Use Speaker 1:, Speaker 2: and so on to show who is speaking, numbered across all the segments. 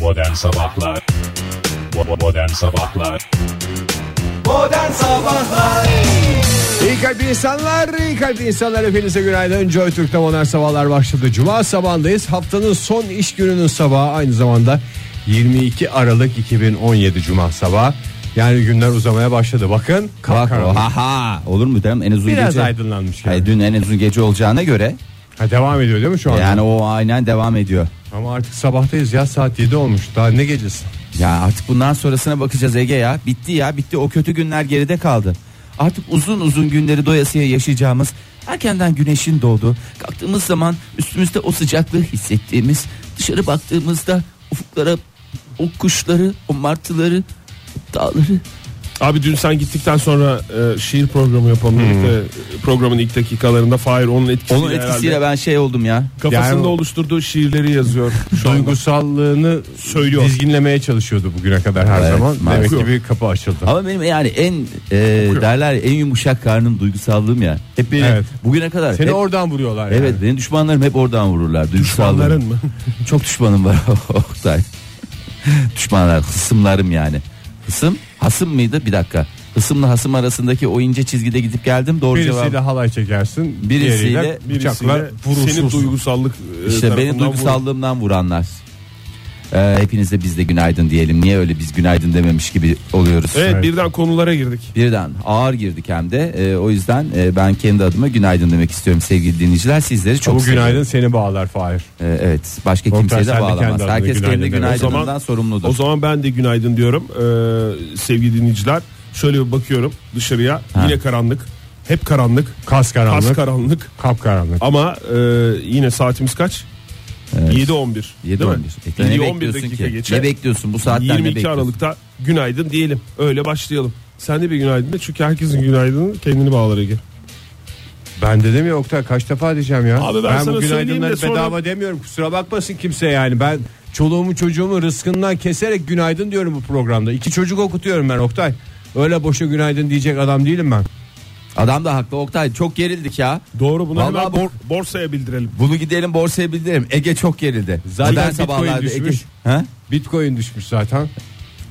Speaker 1: Modern Sabahlar Bo- Modern Sabahlar
Speaker 2: Modern Sabahlar
Speaker 3: İyi kalpli insanlar, iyi kalpli insanlar hepinize günaydın. Joy Türk'te Modern Sabahlar başladı. Cuma sabahındayız. Haftanın son iş gününün sabahı aynı zamanda 22 Aralık 2017 Cuma sabahı. Yani günler uzamaya başladı. Bakın
Speaker 2: Bak
Speaker 3: kapkaranlık.
Speaker 2: ha ha olur mu derim en uzun
Speaker 3: Biraz
Speaker 2: gece.
Speaker 3: aydınlanmış yani.
Speaker 2: Hayır, dün en uzun gece olacağına göre
Speaker 3: Ha, devam ediyor değil mi şu anda?
Speaker 2: yani o aynen devam ediyor.
Speaker 3: Ama artık sabahtayız ya saat 7 olmuş. Daha ne gecesi?
Speaker 2: Ya artık bundan sonrasına bakacağız Ege ya. Bitti ya bitti o kötü günler geride kaldı. Artık uzun uzun günleri doyasıya yaşayacağımız erkenden güneşin doğdu. Kalktığımız zaman üstümüzde o sıcaklığı hissettiğimiz dışarı baktığımızda ufuklara o kuşları o martıları dağları
Speaker 4: Abi dün sen gittikten sonra e, şiir programı
Speaker 2: Hmm.
Speaker 4: yapalım dedik de, e, programın ilk dakikalarında Fahir onun etkisiyle,
Speaker 2: onun etkisiyle
Speaker 4: herhalde
Speaker 2: ben şey oldum ya.
Speaker 4: kafasında
Speaker 3: Yani-
Speaker 4: oluşturduğu şiirleri yazıyor. Şu anda.
Speaker 3: Duygusallığını söylüyor. Dizginlemeye çalışıyordu bugüne kadar her
Speaker 2: Evet,
Speaker 3: zaman. Demek
Speaker 2: maalesef.
Speaker 3: ki bir kapı açıldı.
Speaker 2: Ama benim yani en e, derler ya, en yumuşak karnım duygusallığım ya. Hep benim
Speaker 3: Evet.
Speaker 2: bugüne kadar.
Speaker 3: Seni
Speaker 2: hep-
Speaker 3: oradan vuruyorlar yani.
Speaker 2: Evet benim düşmanlarım hep oradan vururlar.
Speaker 4: Düşmanların
Speaker 2: Düşmanların
Speaker 4: mı?
Speaker 2: Çok düşmanım var Oktay. Düşmanlar, hısımlarım yani. Hısım, hasım mıydı? Bir dakika. Hısımla hasım arasındaki o ince çizgide gidip geldim. Doğru
Speaker 3: Birisiyle
Speaker 2: cevap.
Speaker 3: halay çekersin.
Speaker 2: Birisiyle-
Speaker 3: diğeriyle bıçakla
Speaker 4: Birisiyle
Speaker 3: vurursun.
Speaker 4: senin duygusallık e,
Speaker 2: İşte benim
Speaker 4: tarafından vuruldu.
Speaker 2: duygusallığımdan vuranlar. Ee, hepinize biz de günaydın diyelim. Niye öyle biz günaydın dememiş gibi oluyoruz?
Speaker 4: Evet, birden konulara girdik.
Speaker 2: Birden ağır girdik hem de. Ee, o yüzden e, ben kendi adıma günaydın demek istiyorum sevgili dinleyiciler. Sizleri çok
Speaker 3: Bu
Speaker 2: seviyorum.
Speaker 3: günaydın seni bağlar Fahir.
Speaker 2: Ee, evet. Başka
Speaker 3: Oktay,
Speaker 2: kimseye
Speaker 3: sen de
Speaker 2: de
Speaker 3: kendi
Speaker 2: bağlamaz.
Speaker 3: adına
Speaker 2: Herkes
Speaker 3: günaydın
Speaker 2: kendi
Speaker 3: deme. O
Speaker 2: günaydınından
Speaker 4: zaman-
Speaker 2: sorumludur.
Speaker 4: O zaman ben de günaydın diyorum e, sevgili dinleyiciler. Şöyle bir bakıyorum dışarıya
Speaker 2: Ha.
Speaker 4: yine karanlık. Hep karanlık.
Speaker 3: Kas karanlık.
Speaker 4: Kas karanlık.
Speaker 3: Kapkaranlık.
Speaker 4: Ama e, yine saatimiz kaç? 7.11
Speaker 2: 7
Speaker 4: değil mi?
Speaker 2: 11. Ekranı E, ne
Speaker 4: 7.11
Speaker 2: bekliyorsun
Speaker 4: dakika
Speaker 2: ki?
Speaker 4: geçe.
Speaker 2: Ne bekliyorsun bu saatten ne
Speaker 4: 22
Speaker 2: bekliyorsun?
Speaker 4: Aralık'ta günaydın diyelim. Öyle başlayalım. Sen de bir günaydın de çünkü herkesin günaydını kendini bağlar Ege.
Speaker 3: Ben dedim ya Oktay kaç defa diyeceğim ya.
Speaker 4: Abi ben sana
Speaker 3: bu
Speaker 4: söyleyeyim
Speaker 3: günaydınları
Speaker 4: de sonra-
Speaker 3: bedava demiyorum. Kusura bakmasın kimse yani. Ben çoluğumu çocuğumu rızkından keserek günaydın diyorum bu programda. İki çocuk okutuyorum ben Oktay. Öyle boşa günaydın diyecek adam değilim ben.
Speaker 2: Adam da haklı Oktay çok gerildik ya.
Speaker 4: Doğru bunu
Speaker 2: Vallahi
Speaker 4: hemen
Speaker 2: bu-
Speaker 4: bor- borsaya bildirelim.
Speaker 2: Bunu gidelim borsaya bildirelim. Ege çok gerildi.
Speaker 3: Zaten
Speaker 2: Modern
Speaker 3: Bitcoin düşmüş.
Speaker 2: Ha?
Speaker 3: Bitcoin düşmüş zaten.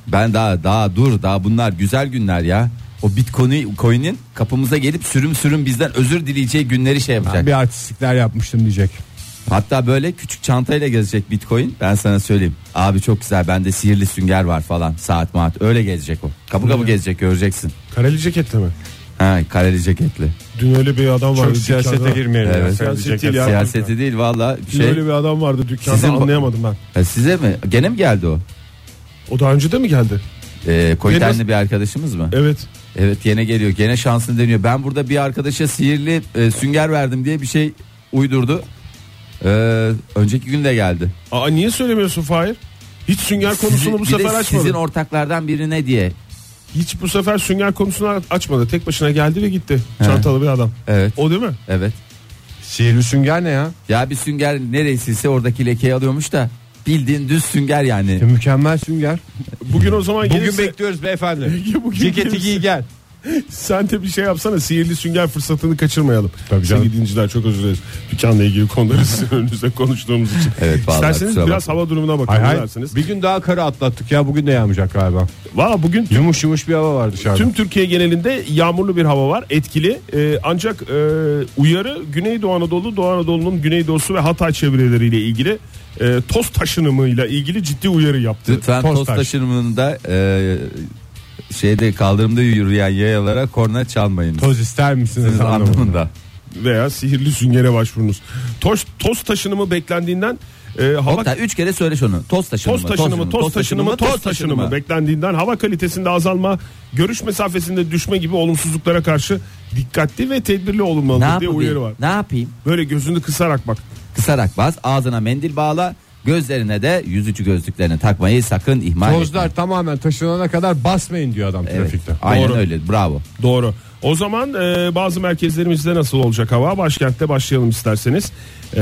Speaker 2: Ben daha daha dur daha bunlar güzel günler ya. O Bitcoin'i coin'in kapımıza gelip sürüm sürüm bizden özür dileyeceği günleri şey yapacak.
Speaker 3: Ben bir artistlikler yapmıştım diyecek.
Speaker 2: Hatta böyle küçük çantayla gezecek Bitcoin. Ben sana söyleyeyim. Abi çok güzel. Bende sihirli sünger var falan. Saat maat. Öyle gezecek o. Kapı kapı gezecek göreceksin.
Speaker 4: Kareli ceketle mi?
Speaker 2: Ha kareli ceketli.
Speaker 4: Dün öyle bir adam vardı.
Speaker 3: Çok siyasete
Speaker 4: dükkanda.
Speaker 3: girmeyelim.
Speaker 2: Evet.
Speaker 3: ya.
Speaker 4: Siyaset
Speaker 3: Söyleyecek
Speaker 4: değil ya.
Speaker 3: adam.
Speaker 2: Siyaseti değil valla
Speaker 4: Dün
Speaker 2: şey.
Speaker 4: öyle bir adam vardı dükkanda
Speaker 2: Sizin-
Speaker 4: anlayamadım ben.
Speaker 2: Ha, size mi? Gene mi geldi o?
Speaker 4: O daha önce de mi geldi?
Speaker 2: Ee, Koytenli
Speaker 4: Yeni-
Speaker 2: bir arkadaşımız mı?
Speaker 4: Evet.
Speaker 2: Evet gene geliyor. Gene şansını deniyor. Ben burada bir arkadaşa sihirli e, sünger verdim diye bir şey uydurdu. Ee, önceki gün de geldi.
Speaker 4: Aa niye söylemiyorsun Fahir? Hiç sünger konusunu
Speaker 2: Sizi-
Speaker 4: bu
Speaker 2: bir
Speaker 4: sefer
Speaker 2: de
Speaker 4: açmadı.
Speaker 2: Sizin ortaklardan birine diye.
Speaker 4: Hiç bu sefer sünger konusunu açmadı. Tek başına geldi ve gitti. Çantalı bir adam.
Speaker 2: Evet.
Speaker 4: O değil mi?
Speaker 2: Evet.
Speaker 3: Sihirli sünger ne ya?
Speaker 2: Ya bir sünger neresiyse oradaki lekeyi alıyormuş da bildiğin düz sünger yani.
Speaker 3: Ya E, Mükemmel sünger.
Speaker 4: Bugün o zaman
Speaker 3: Bugün
Speaker 4: gelirse-
Speaker 3: bekliyoruz beyefendi.
Speaker 4: bugün
Speaker 3: Ceketi
Speaker 4: gelirse-
Speaker 3: giy gel.
Speaker 4: Sen de bir şey yapsana sihirli sünger fırsatını kaçırmayalım.
Speaker 3: Tabii canım.
Speaker 4: Sevgili dinleyiciler çok özür dileriz. Dükkanla ilgili konuları sizin önünüzde konuştuğumuz için.
Speaker 2: Evet, vallahi
Speaker 4: İsterseniz
Speaker 2: kusura
Speaker 4: biraz hava durumuna bakalım.
Speaker 3: Hay hay.
Speaker 4: dersiniz.
Speaker 3: Bir gün daha karı atlattık ya bugün de yağmayacak galiba.
Speaker 4: Valla bugün tüm-
Speaker 3: Yumuş yumuş bir hava var dışarıda.
Speaker 4: tüm Türkiye genelinde yağmurlu bir hava var. Etkili. Ee, ancak e, uyarı Güneydoğu Anadolu, Doğu Anadolu'nun Güneydoğusu ve Hatay çevreleriyle ilgili e, toz taşınımıyla ilgili ciddi uyarı yaptı.
Speaker 2: Lütfen toz
Speaker 4: taş.
Speaker 2: taşınımında e, şeyde kaldırımda yürüyen yayalara korna çalmayın.
Speaker 3: Toz ister misiniz
Speaker 2: Siz
Speaker 3: anlamında.
Speaker 2: anlamında.
Speaker 4: veya sihirli süngere başvurunuz. Toz, toz taşınımı beklendiğinden e, hava
Speaker 2: Oktay 3 kere söyle şunu. Toz taşınımı.
Speaker 4: Toz taşınımı, toz taşınımı, toz taşınımı beklendiğinden hava kalitesinde azalma, görüş mesafesinde düşme gibi olumsuzluklara karşı dikkatli ve tedbirli
Speaker 2: Ne
Speaker 4: olunmalı diye uyarı var.
Speaker 2: yapayım? Ne yapayım?
Speaker 4: Böyle gözünü kısarak bak.
Speaker 2: Kısarak bas, ağzına mendil bağla, gözlerine de yüzücü gözlüklerini takmayı sakın ihmal etme.
Speaker 3: Tozlar tamamen taşınana kadar basmayın diyor adam
Speaker 2: Evet,
Speaker 3: trafikte.
Speaker 2: Aynen
Speaker 4: Doğru.
Speaker 2: öyle. Bravo.
Speaker 4: Doğru. O zaman e, bazı merkezlerimizde nasıl olacak hava? Başkentte başlayalım isterseniz. E,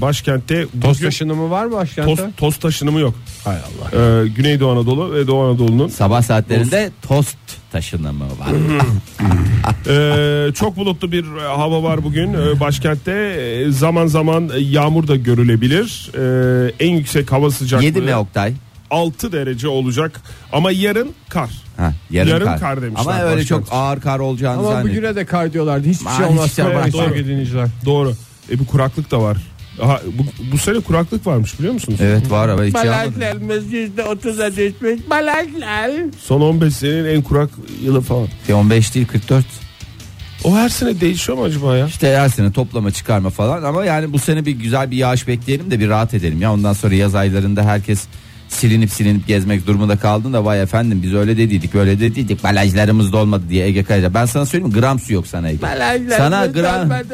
Speaker 4: başkentte
Speaker 3: Toz
Speaker 4: bugün-
Speaker 3: taşınımı var mı başkentte?
Speaker 4: toz, toz taşınımı yok.
Speaker 3: Hay Allah.
Speaker 4: E, Güneydoğu Anadolu ve Doğu Anadolu'nun
Speaker 2: Sabah saatlerinde tost taşınımı var.
Speaker 4: Ee, çok bulutlu bir e, hava var bugün e, başkentte. E, Zaman zaman e, yağmur da görülebilir. Ee, en yüksek hava sıcaklığı
Speaker 2: 7 mi Oktay?
Speaker 4: 6 derece olacak. Ama yarın kar.
Speaker 2: Ha, yarın,
Speaker 4: Yarın
Speaker 2: kar.
Speaker 4: kar demişler
Speaker 2: Ama öyle çok
Speaker 4: başkent.
Speaker 2: ağır kar olacağını
Speaker 3: Ama
Speaker 2: zannediyorum.
Speaker 3: bugüne de kar diyorlardı. Hiçbir
Speaker 2: Aa,
Speaker 3: şey olmaz.
Speaker 2: hiçbir şey olmaz.
Speaker 3: Evet,
Speaker 4: Doğru.
Speaker 3: sevgili dinleyiciler.
Speaker 4: Doğru. E bir kuraklık da var. Aha, bu, bu sene kuraklık varmış biliyor musunuz?
Speaker 2: Evet var ama hiç yağmadı.
Speaker 3: yüzde otuza düşmüş. Balaklar.
Speaker 4: Son 15 senenin en kurak yılı falan.
Speaker 2: 15 değil 44.
Speaker 4: O her sene değişiyor mu acaba ya?
Speaker 2: İşte her sene toplama çıkarma falan ama yani bu sene bir güzel bir yağış bekleyelim de bir rahat edelim ya. Ondan sonra yaz aylarında herkes silinip silinip gezmek durumunda kaldın da vay efendim biz öyle dediydik öyle dediydik balajlarımız dolmadı diye Ege Kayaca. Ben sana söyleyeyim mi? gram su yok sana Ege. Sana gram,
Speaker 3: Balaklarımız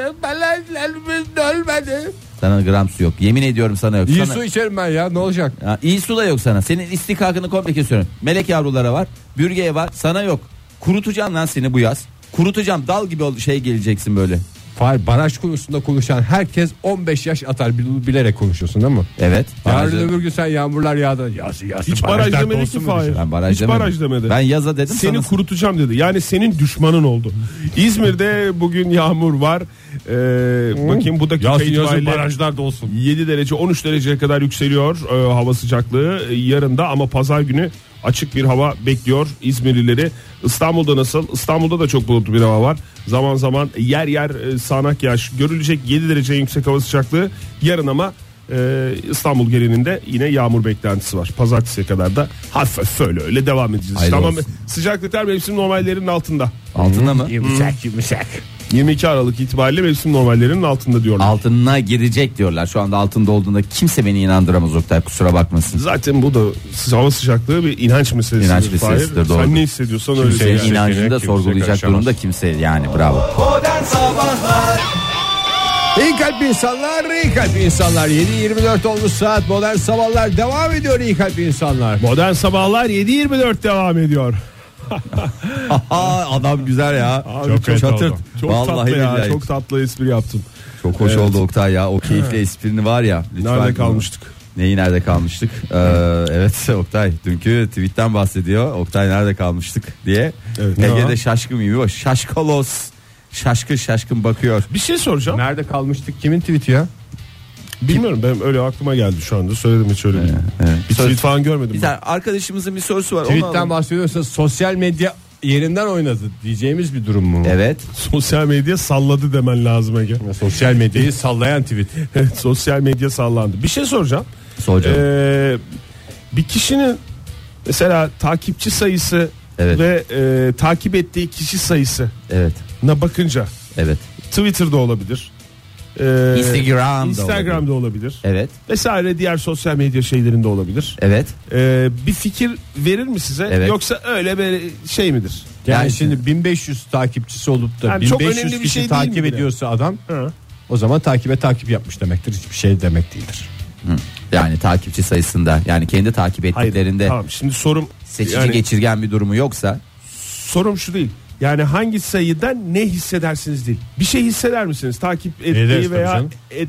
Speaker 3: dolmadı.
Speaker 2: sana gram su yok yemin ediyorum sana yok.
Speaker 3: İyi
Speaker 2: Sana-
Speaker 3: su içerim ben ya ne olacak?
Speaker 2: Ya, iyi su da yok sana. Senin istihkakını komple kesiyorum. Melek yavrulara var. Bürgeye var. Sana yok. Kurutacağım lan seni bu yaz. Kurutacağım. Dal gibi oldu şey geleceksin böyle.
Speaker 3: Fahir baraj konusunda konuşan herkes 15 yaş atar bil- bilerek konuşuyorsun değil mi?
Speaker 2: Evet. barajı-
Speaker 3: Yarın öbür gün sen yağmurlar yağdı. Yağsı yağsı.
Speaker 4: Hiç baraj
Speaker 3: barajlar
Speaker 4: demedi ki
Speaker 3: dolsun mu
Speaker 4: Fahir.
Speaker 2: Ben baraj
Speaker 4: Hiç
Speaker 2: demedim.
Speaker 4: baraj demedi.
Speaker 2: Ben yaza dedim
Speaker 4: Seni
Speaker 2: sana.
Speaker 4: kurutacağım dedi. Yani senin düşmanın oldu. İzmir'de bugün yağmur var. Ee, bakayım bu dakika
Speaker 3: Yazın yazın
Speaker 4: itibariyle
Speaker 3: barajlar dolsun.
Speaker 4: 7 derece 13 dereceye kadar yükseliyor e, hava sıcaklığı E, yarın da ama pazar günü açık bir hava bekliyor İzmirlileri. İstanbul'da nasıl? İstanbul'da da çok bulutlu bir hava var. Zaman zaman yer yer e, sağanak yağış görülecek 7 derece yüksek hava sıcaklığı yarın ama e, İstanbul genelinde yine yağmur beklentisi var. Pazartesiye kadar da hafif öyle öyle devam edeceğiz.
Speaker 2: Hayırlı
Speaker 4: tamam
Speaker 2: olsun.
Speaker 4: sıcaklıklar mevsim normallerinin altında.
Speaker 2: Altına mı?
Speaker 3: Yumuşak yumuşak.
Speaker 4: 22 Aralık itibariyle mevsim normallerinin altında diyorlar.
Speaker 2: Altına girecek diyorlar. Şu anda altında olduğunda kimse beni inandıramaz Oktay. Kusura bakmasın.
Speaker 4: Zaten bu da sı- hava sıcaklığı bir inanç meselesidir.
Speaker 2: İnanç
Speaker 4: Fahir.
Speaker 2: meselesidir, doğru.
Speaker 4: Sen ne hissediyorsan öyle
Speaker 2: Kimsenin
Speaker 4: hissediyorsun.
Speaker 2: inancını da
Speaker 3: kimse
Speaker 2: sorgulayacak
Speaker 3: karışamaz.
Speaker 2: durumda kimse yani bravo.
Speaker 3: İyi kalp insanlar, iyi kalp insanlar. 7.24 olmuş saat modern sabahlar devam ediyor iyi kalp insanlar.
Speaker 4: Modern sabahlar 7.24 devam ediyor.
Speaker 2: Aa, adam güzel ya.
Speaker 4: Abi tatlı. Çok
Speaker 2: Vallahi
Speaker 4: tatlı ya.
Speaker 2: billahi.
Speaker 4: Çok tatlı espri yaptım.
Speaker 2: Çok hoş
Speaker 4: Evet.
Speaker 2: oldu Oktay ya. O keyifli esprini var ya. lütfen
Speaker 4: Nerede
Speaker 2: bunu-
Speaker 4: kalmıştık?
Speaker 2: Neyi nerede kalmıştık? Ee, evet Oktay dünkü tweetten bahsediyor. Oktay nerede kalmıştık diye.
Speaker 4: Evet.
Speaker 2: Ege
Speaker 4: Ne o?
Speaker 2: de şaşkın gibi o. Şaşkalos. Şaşkın şaşkın bakıyor.
Speaker 4: Bir şey soracağım.
Speaker 3: Nerede kalmıştık? Kimin tweet'i ya?
Speaker 4: Bilmiyorum benim öyle aklıma geldi şu anda. Söyledim hiç öyle. değil. Bir tweet falan görmedim.
Speaker 2: Bir
Speaker 4: ben.
Speaker 2: tane arkadaşımızın bir sorusu var. onu
Speaker 3: Tweet'ten
Speaker 2: alalım.
Speaker 3: bahsediyorsa sosyal medya yerinden oynadı diyeceğimiz bir durum mu?
Speaker 2: Evet.
Speaker 4: Sosyal medya salladı demen lazım Ege.
Speaker 3: Sosyal medyayı sallayan tweet.
Speaker 4: Evet, sosyal medya sallandı. Bir şey soracağım.
Speaker 2: Soracağım.
Speaker 4: Ee, bir kişinin mesela takipçi sayısı
Speaker 2: Evet.
Speaker 4: ve e, takip ettiği kişi sayısına
Speaker 2: Evet.
Speaker 4: bakınca
Speaker 2: Evet.
Speaker 4: Twitter'da olabilir. Ee,
Speaker 2: Instagram'da
Speaker 4: Instagram'da olabilir.
Speaker 2: Evet.
Speaker 4: Vesaire diğer sosyal medya şeylerinde olabilir.
Speaker 2: Evet.
Speaker 4: Ee, bir fikir verir mi size?
Speaker 2: Evet.
Speaker 4: Yoksa öyle bir şey midir?
Speaker 3: Yani,
Speaker 2: Yani
Speaker 3: şimdi 1500 takipçisi olup da
Speaker 4: Yani çok
Speaker 3: 1500
Speaker 4: önemli bir
Speaker 3: kişi
Speaker 4: şey değil mi
Speaker 3: takip
Speaker 4: bile?
Speaker 3: ediyorsa adam o zaman takibe takip yapmış demektir. Hiçbir şey demek değildir.
Speaker 2: Yani takipçi sayısında yani kendi takip ettiklerinde
Speaker 4: Tamam şimdi sorum
Speaker 2: seçici
Speaker 4: yani
Speaker 2: geçirgen bir durumu yoksa
Speaker 4: sorum şu değil. Yani hangi sayıdan ne hissedersiniz değil. Bir şey hisseder misiniz? Takip ettiği
Speaker 3: Ederiz tabii
Speaker 4: veya
Speaker 3: canım.
Speaker 4: et,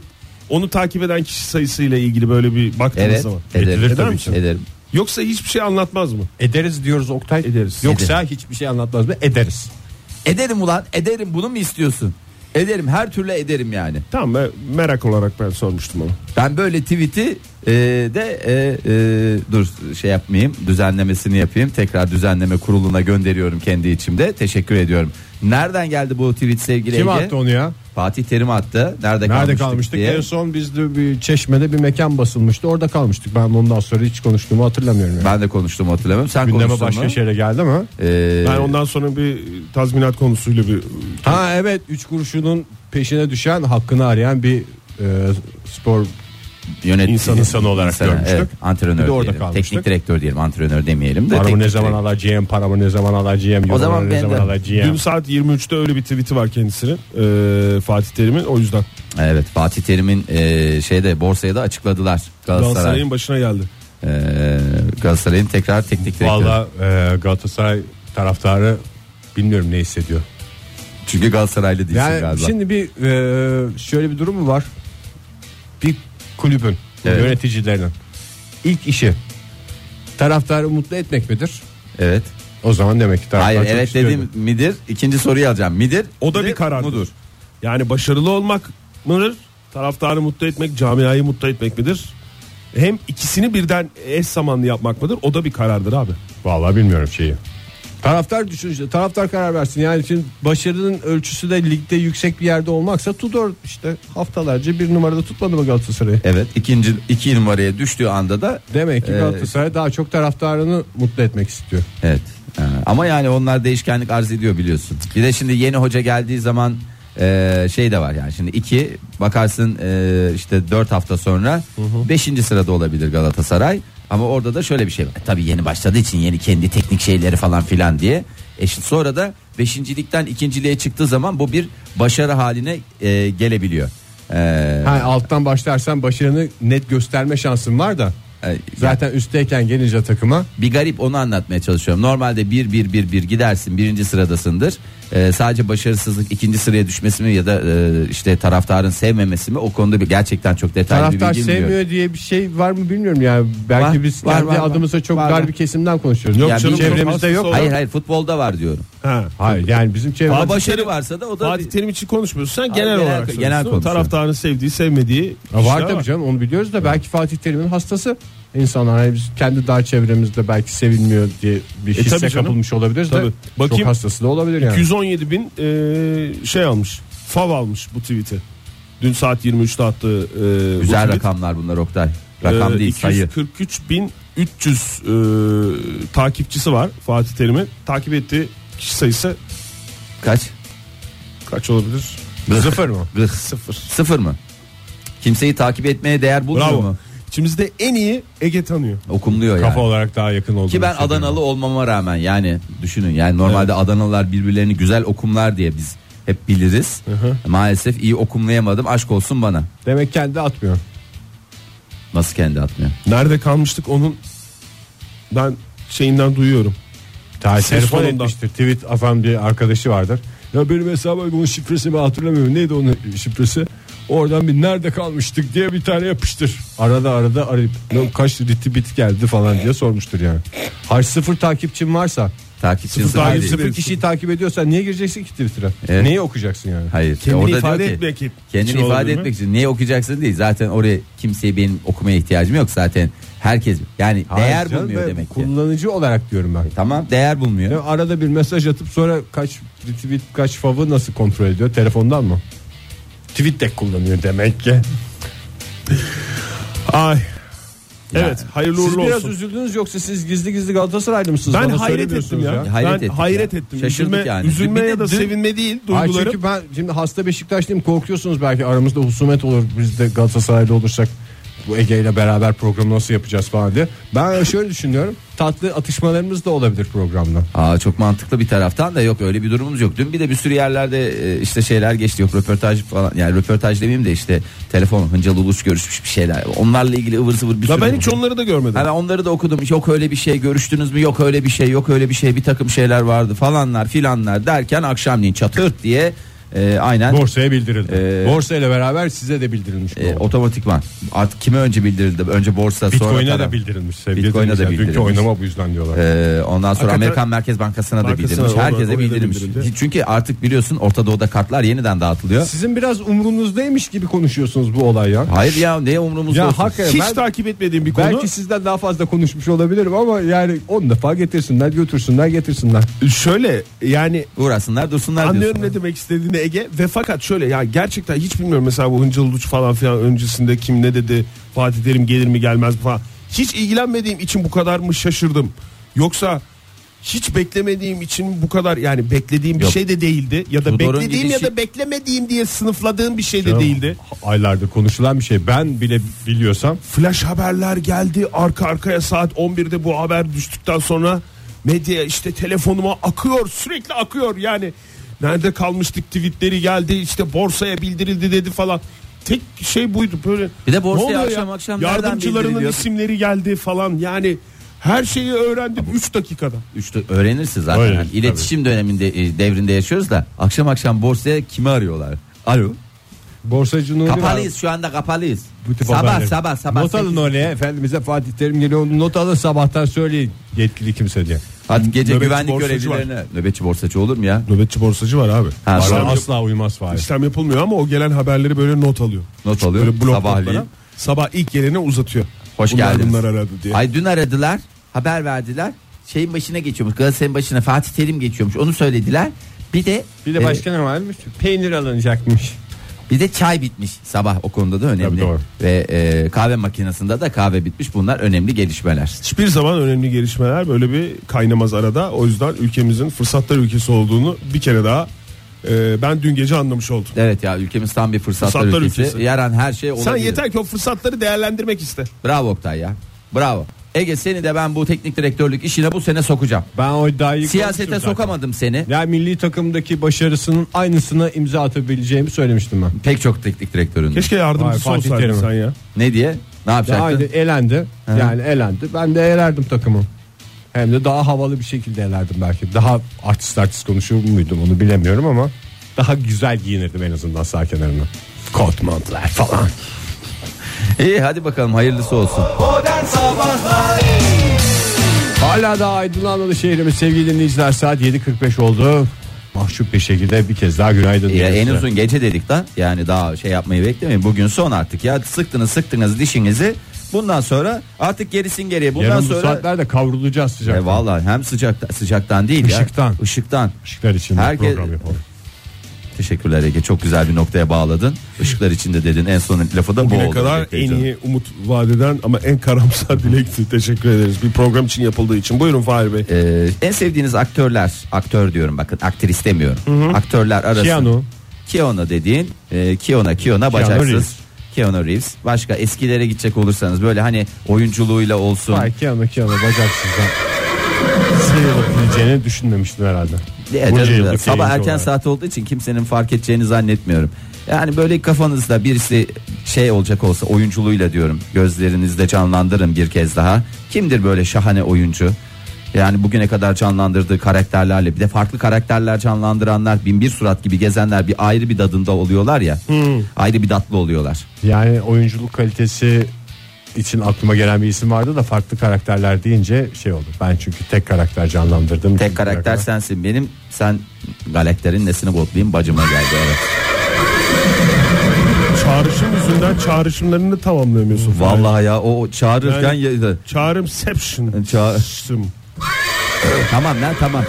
Speaker 4: onu takip eden kişi sayısıyla ilgili böyle bir baktığınız
Speaker 2: evet
Speaker 4: zaman.
Speaker 2: ederim.
Speaker 4: Eder
Speaker 2: Ederim.
Speaker 4: misin?
Speaker 2: Ederim.
Speaker 4: Yoksa hiçbir şey anlatmaz mı?
Speaker 3: Ederiz diyoruz Oktay.
Speaker 4: Ederiz.
Speaker 3: Yoksa hiçbir şey anlatmaz mı? Ederiz.
Speaker 2: Ederim ulan ederim bunu mu istiyorsun? Ederim her türlü ederim yani.
Speaker 4: Tamam ben merak olarak ben sormuştum onu.
Speaker 2: Ben böyle tweet'i e, de e, e, dur şey yapmayayım düzenlemesini yapayım. Tekrar düzenleme kuruluna gönderiyorum kendi içimde. Teşekkür ediyorum. Nereden geldi bu tweet sevgili
Speaker 3: Kim
Speaker 2: Ege?
Speaker 3: attı onu ya?
Speaker 2: Fatih Terim attı. Nerede,
Speaker 3: Nerede
Speaker 2: kalmıştık,
Speaker 3: kalmıştık?
Speaker 2: diye.
Speaker 3: En son biz de bir çeşmede bir mekan basılmıştı. Orada kalmıştık. Ben ondan sonra hiç konuştuğumu hatırlamıyorum. yani.
Speaker 2: Ben de konuştum hatırlamıyorum. Sen
Speaker 3: Gündeme
Speaker 2: konuştun
Speaker 3: başka şey-
Speaker 2: mu?
Speaker 3: şeyle geldi mi?
Speaker 2: Ee,
Speaker 4: Ben ondan sonra bir tazminat konusuyla bir
Speaker 3: Ha evet 3 kuruşunun peşine düşen hakkını arayan bir e, spor
Speaker 2: yönet
Speaker 3: İnsan- insan olarak görmüştük.
Speaker 2: Evet, antrenör
Speaker 3: Bir de orada
Speaker 2: diyelim.
Speaker 3: kalmıştık.
Speaker 2: Teknik direktör diyelim. Antrenör demeyelim de.
Speaker 3: paramı
Speaker 2: teknik
Speaker 3: ne zaman
Speaker 2: direktör.
Speaker 3: alacağım paramı ne zaman alacağım
Speaker 2: O zaman
Speaker 3: euroları ne
Speaker 2: ben
Speaker 3: zaman
Speaker 2: de-
Speaker 3: alacağım.
Speaker 4: Dün saat 23'te öyle bir tweet'i var kendisinin. Ee, Fatih Terim'in o yüzden
Speaker 2: Evet Fatih Terim'in e, şeyde borsaya da açıkladılar. Galatasaray.
Speaker 4: Galatasaray'ın başına geldi.
Speaker 2: Ee, Galatasaray'ın tekrar teknik direktörü.
Speaker 3: Valla Galatasaray taraftarı bilmiyorum ne hissediyor.
Speaker 2: Çünkü Galatasaraylı değilsin
Speaker 3: Yani
Speaker 2: galiba.
Speaker 3: şimdi bir e, şöyle bir durum mu var? Bir kulübün
Speaker 2: Evet.
Speaker 3: yöneticilerinin ilk işi taraftarı mutlu etmek midir?
Speaker 2: Evet.
Speaker 3: O zaman demek ki taraftar
Speaker 2: Hayır
Speaker 3: çok
Speaker 2: evet
Speaker 3: istiyordu.
Speaker 2: dedim midir? İkinci soruyu alacağım. Midir?
Speaker 4: O da
Speaker 2: midir,
Speaker 4: bir karar.
Speaker 2: Mudur.
Speaker 4: Yani başarılı olmak mıdır? Taraftarı mutlu etmek, camiayı mutlu etmek midir? Hem ikisini birden eş zamanlı yapmak mıdır? O da bir karardır abi.
Speaker 3: Vallahi bilmiyorum şeyi. Taraftar düşünce taraftar karar versin. Yani şimdi başarının ölçüsü de ligde yüksek bir yerde olmaksa Tudor işte haftalarca bir numarada tutmadı mı Galatasaray'ı?
Speaker 2: Evet ikinci iki numaraya düştüğü anda da
Speaker 3: Demek ki
Speaker 2: Ee,
Speaker 3: Galatasaray daha çok taraftarını mutlu etmek istiyor.
Speaker 2: evet. Ee, Ama yani onlar değişkenlik arz ediyor biliyorsun. Bir de şimdi yeni hoca geldiği zaman e, şey de var yani şimdi iki bakarsın e, işte dört hafta sonra beşinci sırada olabilir Galatasaray. Ama orada da şöyle bir şey var. E, Tabii yeni başladığı için yeni kendi teknik şeyleri falan filan diye. E şimdi sonra da beşincilikten ikinciliğe çıktığı zaman bu bir başarı haline e, gelebiliyor. Ee,
Speaker 3: Ha, alttan başlarsan başarını net gösterme şansın var da.
Speaker 2: e,
Speaker 3: Zaten üstteyken gelince takıma
Speaker 2: Bir garip onu anlatmaya çalışıyorum. Normalde bir bir bir bir gidersin birinci sıradasındır. Ee, sadece başarısızlık ikinci sıraya düşmesi mi ya da e, işte taraftarın sevmemesi mi o konuda bir gerçekten çok detaylı
Speaker 3: taraftar
Speaker 2: bir bilgi bilmiyorum.
Speaker 3: sevmiyor diye bir şey var mı bilmiyorum ya. Belki
Speaker 2: Var,
Speaker 3: biz
Speaker 2: var,
Speaker 3: kendi
Speaker 2: var, var.
Speaker 3: adımıza çok
Speaker 2: Var,
Speaker 3: dar
Speaker 2: var.
Speaker 3: bir kesimden konuşuyoruz. Yok
Speaker 2: Ya
Speaker 3: canım,
Speaker 2: bilmiyorum.
Speaker 3: çevremizde yok.
Speaker 2: Hayır hayır futbolda var diyorum.
Speaker 4: Ha.
Speaker 3: Hayır yani bizim
Speaker 2: Ama
Speaker 3: çevremizde
Speaker 2: başarı varsa da o da
Speaker 4: Fatih
Speaker 2: bir-
Speaker 4: Terim için konuşmuyorsun sen genel,
Speaker 2: genel-
Speaker 4: olarak.
Speaker 2: genel
Speaker 4: Genel
Speaker 2: konuşuyorum.
Speaker 4: Taraftarın sevdiği sevmediği.
Speaker 3: Ya
Speaker 4: işler
Speaker 3: var tabii canım onu biliyoruz da belki Fatih Terim'in hastası insanlar hani biz kendi dar çevremizde belki sevilmiyor diye bir
Speaker 4: E
Speaker 3: hisse
Speaker 4: tabii canım.
Speaker 3: kapılmış olabiliriz
Speaker 4: Tabii.
Speaker 3: de
Speaker 4: Bakayım.
Speaker 3: çok hastası da olabilir yani.
Speaker 4: 217 bin e, şey almış. Fav almış bu tweet'i. Dün saat 23'te attığı e, bu
Speaker 2: güzel
Speaker 4: tweet.
Speaker 2: rakamlar bunlar Oktay. Rakam
Speaker 4: Ee,
Speaker 2: değil sayı.
Speaker 4: 243 bin 300 e, takipçisi var Fatih Terim'in. Takip ettiği kişi sayısı
Speaker 2: Kaç?
Speaker 4: kaç olabilir?
Speaker 3: Sıfır mı?
Speaker 2: Gıh.
Speaker 4: Sıfır.
Speaker 2: Sıfır mı? Kimseyi takip etmeye değer bulmuyor
Speaker 4: Bravo.
Speaker 2: mu?
Speaker 4: İçimizde en iyi Ege tanıyor.
Speaker 2: Okumluyor yani.
Speaker 3: Kafa olarak daha yakın olduğunu
Speaker 2: Ki ben
Speaker 3: söylüyorum.
Speaker 2: Adanalı olmama rağmen yani düşünün yani normalde Adanalılar birbirlerini güzel okumlar diye biz hep biliriz. Maalesef iyi okumlayamadım aşk olsun bana.
Speaker 3: Demek kendi atmıyor.
Speaker 2: Nasıl kendi atmıyor?
Speaker 4: Nerede kalmıştık onun ben şeyinden duyuyorum.
Speaker 3: Ta
Speaker 4: Ses
Speaker 3: telefon
Speaker 4: sonunda.
Speaker 3: etmiştir. Tweet atan bir arkadaşı vardır. Ya benim hesabım bunun şifresi ben hatırlamıyorum. Neydi onun şifresi? Oradan bir nerede kalmıştık diye bir tane yapıştır. Arada arada arayıp "Lan kaç retweet geldi falan diye sormuştur yani. Hayır sıfır takipçin varsa
Speaker 2: Takipçisi
Speaker 4: Sıfır
Speaker 2: var
Speaker 4: takip-
Speaker 2: değil.
Speaker 3: sıfır kişiyi takip ediyorsan niye gireceksin ki Twitter'a?
Speaker 2: Evet.
Speaker 3: Neyi okuyacaksın yani?
Speaker 2: Hayır. Ya
Speaker 4: Kendini
Speaker 2: orada
Speaker 4: ifade
Speaker 2: diyor ki,
Speaker 4: etmek için
Speaker 2: kendini
Speaker 4: olabilir
Speaker 2: ifade
Speaker 4: mi?
Speaker 2: etmek için niye okuyacaksın değil. Zaten oraya kimseye benim okumaya ihtiyacım yok zaten. Herkes yani
Speaker 3: Hayır
Speaker 2: değer
Speaker 3: canım,
Speaker 2: bulmuyor
Speaker 3: ben
Speaker 2: demek ki.
Speaker 3: Kullanıcı olarak diyorum ben.
Speaker 2: Tamam değer bulmuyor.
Speaker 3: Ya arada bir mesaj atıp sonra kaç retweet kaç favı nasıl kontrol ediyor? Telefondan mı? Tweet de kullanıyor demek ki.
Speaker 4: Ay. Evet, hayırlı
Speaker 3: Siz
Speaker 4: uğurlu
Speaker 3: biraz
Speaker 4: olsun.
Speaker 3: üzüldünüz yoksa siz gizli gizli Galatasaraylı mısınız?
Speaker 4: Ben
Speaker 3: Bana
Speaker 4: hayret ettim
Speaker 3: söylemiyorsunuz
Speaker 4: ya.
Speaker 2: ya. Hayret
Speaker 4: ben
Speaker 2: ettik
Speaker 4: hayret
Speaker 2: ya.
Speaker 4: ettim.
Speaker 2: Şaşırdık
Speaker 4: üzülme,
Speaker 2: yani.
Speaker 4: üzülme
Speaker 2: Bir de
Speaker 4: ya da
Speaker 2: dün-
Speaker 4: sevinme değil
Speaker 3: Hayır,
Speaker 4: duygularım.
Speaker 3: çünkü ben şimdi hasta Beşiktaşlıyım korkuyorsunuz belki aramızda husumet olur biz de Galatasaraylı olursak bu Ege ile beraber programı nasıl yapacağız falan diye. Ben şöyle düşünüyorum tatlı atışmalarımız da olabilir programda.
Speaker 2: Aa, çok mantıklı bir taraftan da yok öyle bir durumumuz yok. Dün bir de bir sürü yerlerde e, işte şeyler geçti yok röportaj falan yani röportaj demeyeyim de işte telefon hıncalı uluç görüşmüş bir şeyler. Onlarla ilgili ıvır zıvır bir
Speaker 4: La
Speaker 2: sürü.
Speaker 4: ben hiç onları da görmedim.
Speaker 2: Ha, ben onları da okudum. Yok öyle bir şey görüştünüz mü? Yok öyle bir şey. Yok öyle bir şey. Bir takım şeyler vardı falanlar filanlar derken akşamleyin çatırt diye e, aynen
Speaker 3: Borsaya bildirildi.
Speaker 2: Ee,
Speaker 3: Borsa ile beraber size de bildirilmiş. bu.
Speaker 2: e, otomatikman. Artık kime önce bildirildi? Önce borsa sonra
Speaker 3: Bitcoin'e
Speaker 2: taraf.
Speaker 3: de bildirilmiş sevgili
Speaker 2: Bitcoin'e de
Speaker 3: dinleyiciler. Dünkü
Speaker 2: bildirilmiş.
Speaker 3: oynama bu yüzden diyorlar.
Speaker 2: Ee, ondan sonra
Speaker 4: Hakikaten-
Speaker 2: Amerikan Merkez Bankası'na da
Speaker 4: Bankası'na
Speaker 2: bildirilmiş.
Speaker 4: da,
Speaker 2: Herkese
Speaker 4: orada- oraya da
Speaker 2: bildirilmiş.
Speaker 4: bildirildi.
Speaker 2: Çünkü artık biliyorsun Orta Doğu'da kartlar yeniden dağıtılıyor.
Speaker 3: Sizin biraz umrunuzdaymış gibi konuşuyorsunuz bu olay ya.
Speaker 2: Hayır ya ne umurumuzda
Speaker 3: Ya
Speaker 2: olsun.
Speaker 3: hak-
Speaker 4: hiç
Speaker 3: ben-
Speaker 4: takip etmediğim bir konu.
Speaker 3: Belki sizden daha fazla konuşmuş olabilirim ama yani 10 defa getirsinler götürsünler getirsinler.
Speaker 4: Şöyle yani
Speaker 2: Uğrasınlar dursunlar
Speaker 4: Anlıyorum
Speaker 2: diyorsun.
Speaker 4: ne demek istediğini Ege ve fakat şöyle ya gerçekten hiç bilmiyorum mesela bu Hıncal Uluç falan filan öncesinde kim ne dedi Fatih Terim gelir mi gelmez mi falan. Hiç ilgilenmediğim için bu kadar mı şaşırdım yoksa hiç beklemediğim için bu kadar yani beklediğim bir
Speaker 2: Yok.
Speaker 4: şey de değildi ya da
Speaker 2: Tudor'un
Speaker 4: beklediğim ya
Speaker 2: gidişi-
Speaker 4: da beklemediğim diye sınıfladığım bir şey de değildi.
Speaker 3: Aylardır konuşulan bir şey. Ben bile biliyorsam
Speaker 4: Flash haberler geldi arka arkaya saat 11'de bu haber düştükten sonra medya işte telefonuma akıyor sürekli akıyor yani nerede kalmıştık tweetleri geldi işte borsaya bildirildi dedi falan tek şey buydu böyle
Speaker 2: Bir de borsaya
Speaker 4: Ne oluyor
Speaker 2: akşam akşam nereden
Speaker 4: yardımcılarının
Speaker 2: bildiriliyor?
Speaker 4: isimleri geldi falan yani Her şeyi öğrendim 3 dakikada.
Speaker 2: Üçlü öğrenirsin zaten.
Speaker 4: Öyle,
Speaker 2: Yani iletişim döneminde e, devrinde yaşıyoruz da akşam akşam borsaya kimi arıyorlar? Alo.
Speaker 3: Borsacı Nuri var.
Speaker 2: Kapalıyız şu anda kapalıyız.
Speaker 3: Bu tip
Speaker 2: Sabah
Speaker 3: haberleri.
Speaker 2: sabah sabah.
Speaker 3: Not alın
Speaker 2: sekiz-
Speaker 3: oraya. Efendimize Fatih Terim geliyor. onu Not alın sabahtan söyleyin. Yetkili kimse diye.
Speaker 2: Hadi gece
Speaker 4: Nöbetçi
Speaker 2: güvenlik
Speaker 4: borsacı var.
Speaker 2: görevlilerine. Nöbetçi borsacı olur mu ya?
Speaker 4: Nöbetçi borsacı var abi.
Speaker 2: Ha,
Speaker 4: Var
Speaker 2: var.
Speaker 4: abi.
Speaker 3: asla uymaz Fahir.
Speaker 4: İşlem yapılmıyor ama o gelen haberleri böyle not alıyor.
Speaker 2: Not alıyor.
Speaker 4: Böyle blok
Speaker 2: Sabahleyin.
Speaker 4: notlara. Sabah ilk gelene uzatıyor.
Speaker 2: Hoş
Speaker 4: bunlar
Speaker 2: geldiniz.
Speaker 4: Bunlar aradı diye.
Speaker 2: Ay dün aradılar haber verdiler. Şeyin başına geçiyormuş Galatasaray'ın başına Fatih Terim geçiyormuş onu söylediler. Bir de
Speaker 3: Bir de
Speaker 2: e,
Speaker 3: başka ne varmış? Peynir alınacakmış.
Speaker 2: bir de çay bitmiş sabah o konuda da önemli.
Speaker 4: Tabii, doğru.
Speaker 2: Ve e, kahve makinesinde de kahve bitmiş bunlar önemli gelişmeler.
Speaker 4: Hiçbir zaman önemli gelişmeler böyle bir kaynamaz arada. O yüzden ülkemizin fırsatlar ülkesi olduğunu bir kere daha e, ben dün gece anlamış oldum.
Speaker 2: Evet ya ülkemiz tam bir fırsatlar,
Speaker 4: Fırsatlar
Speaker 2: ülkesi.
Speaker 4: ülkesi.
Speaker 2: Yaran her şey olabilir.
Speaker 4: Sen yeter ki o fırsatları değerlendirmek iste.
Speaker 2: Bravo Oktay ya. Bravo. Ege seni de ben bu teknik direktörlük işine bu sene sokacağım.
Speaker 3: Ben o iddiayı
Speaker 2: Siyasete
Speaker 3: konuştum zaten.
Speaker 2: sokamadım seni.
Speaker 3: Ya milli takımdaki başarısının aynısına imza atabileceğimi söylemiştim ben.
Speaker 2: Pek çok teknik direktörün.
Speaker 4: Keşke yardımcısı
Speaker 3: Vay, Fatih
Speaker 4: olsaydın
Speaker 3: Terim.
Speaker 4: sen ya.
Speaker 2: Ne diye? Ne
Speaker 3: Ya aynı
Speaker 2: yapacaktın?
Speaker 3: elendi. Yani elendi. Ben de elerdim takımı. Hem de daha havalı bir şekilde elerdim belki. Daha artist artist konuşur muydum onu bilemiyorum ama daha güzel giyinirdim en azından sağ kenarına. Kot montlar falan.
Speaker 2: İyi hadi bakalım hayırlısı olsun.
Speaker 3: Hala da aydınlanmalı şehrimiz sevgili dinleyiciler saat 7.45 oldu. Mahcup bir şekilde bir kez daha günaydın.
Speaker 2: Ya
Speaker 3: diyoruz
Speaker 2: en
Speaker 3: size.
Speaker 2: uzun gece dedik lan. Yani daha şey yapmayı beklemeyin. Bugün son artık ya. Sıktınız sıktınız dişinizi. Bundan sonra artık gerisin geriye. Bundan
Speaker 3: Yarın bu
Speaker 2: sonra
Speaker 3: saatlerde kavrulacağız sıcak.
Speaker 2: E vallahi hem sıcakta sıcaktan değil ya.
Speaker 3: Işıktan.
Speaker 2: Işıktan.
Speaker 3: Işıklar için bir
Speaker 2: Herkes-
Speaker 3: program yapalım.
Speaker 2: Teşekkürler Ege. Çok güzel bir noktaya bağladın. Işıklar içinde dedin. En son lafı da bu
Speaker 4: Bugüne
Speaker 2: oldu.
Speaker 4: kadar en
Speaker 2: Peki canım.
Speaker 4: iyi umut vadeden ama en karamsar dilekti. Teşekkür ederiz. Bir program için yapıldığı için. Buyurun Fahir Bey.
Speaker 2: Ee, en sevdiğiniz aktörler, aktör diyorum bakın, aktris demiyorum. Aktörler arasında.
Speaker 3: Keanu.
Speaker 2: Keanu dediğin, e, Keanu, Keanu bacaksız.
Speaker 3: Reeves.
Speaker 2: Keanu Reeves. Başka eskilere gidecek olursanız böyle hani oyunculuğuyla olsun.
Speaker 3: Vay kıyama kıyama bacaksızdan. Sıyrılabileceğini düşünmemiştim herhalde.
Speaker 2: Ya,
Speaker 3: Bunca
Speaker 2: canım,
Speaker 3: yıllık
Speaker 2: sabah
Speaker 3: yayıncı
Speaker 2: erken
Speaker 3: olarak.
Speaker 2: saat olduğu için kimsenin fark edeceğini zannetmiyorum. Yani böyle kafanızda birisi şey olacak olsa oyunculuğuyla diyorum. Gözlerinizde canlandırın bir kez daha. Kimdir böyle şahane oyuncu? Yani bugüne kadar canlandırdığı karakterlerle bir de farklı karakterler canlandıranlar bin bir surat gibi gezenler bir ayrı bir dadında oluyorlar ya. Ayrı bir datlı oluyorlar.
Speaker 3: Yani oyunculuk kalitesi için aklıma gelen bir isim vardı da farklı karakterler deyince şey oldu. Ben çünkü tek karakter canlandırdım.
Speaker 2: Tek karakter sensin benim. Sen galakterin nesini botlayayım bacıma geldi. Evet.
Speaker 4: Çağrışım yüzünden çağrışımlarını tamamlayamıyorsun. Fahir.
Speaker 2: Vallahi ya o çağırırken
Speaker 4: Yani-
Speaker 2: ya-
Speaker 4: Çağrımception.
Speaker 2: Ça-
Speaker 4: Çağrım.
Speaker 2: Tamam lan tamam.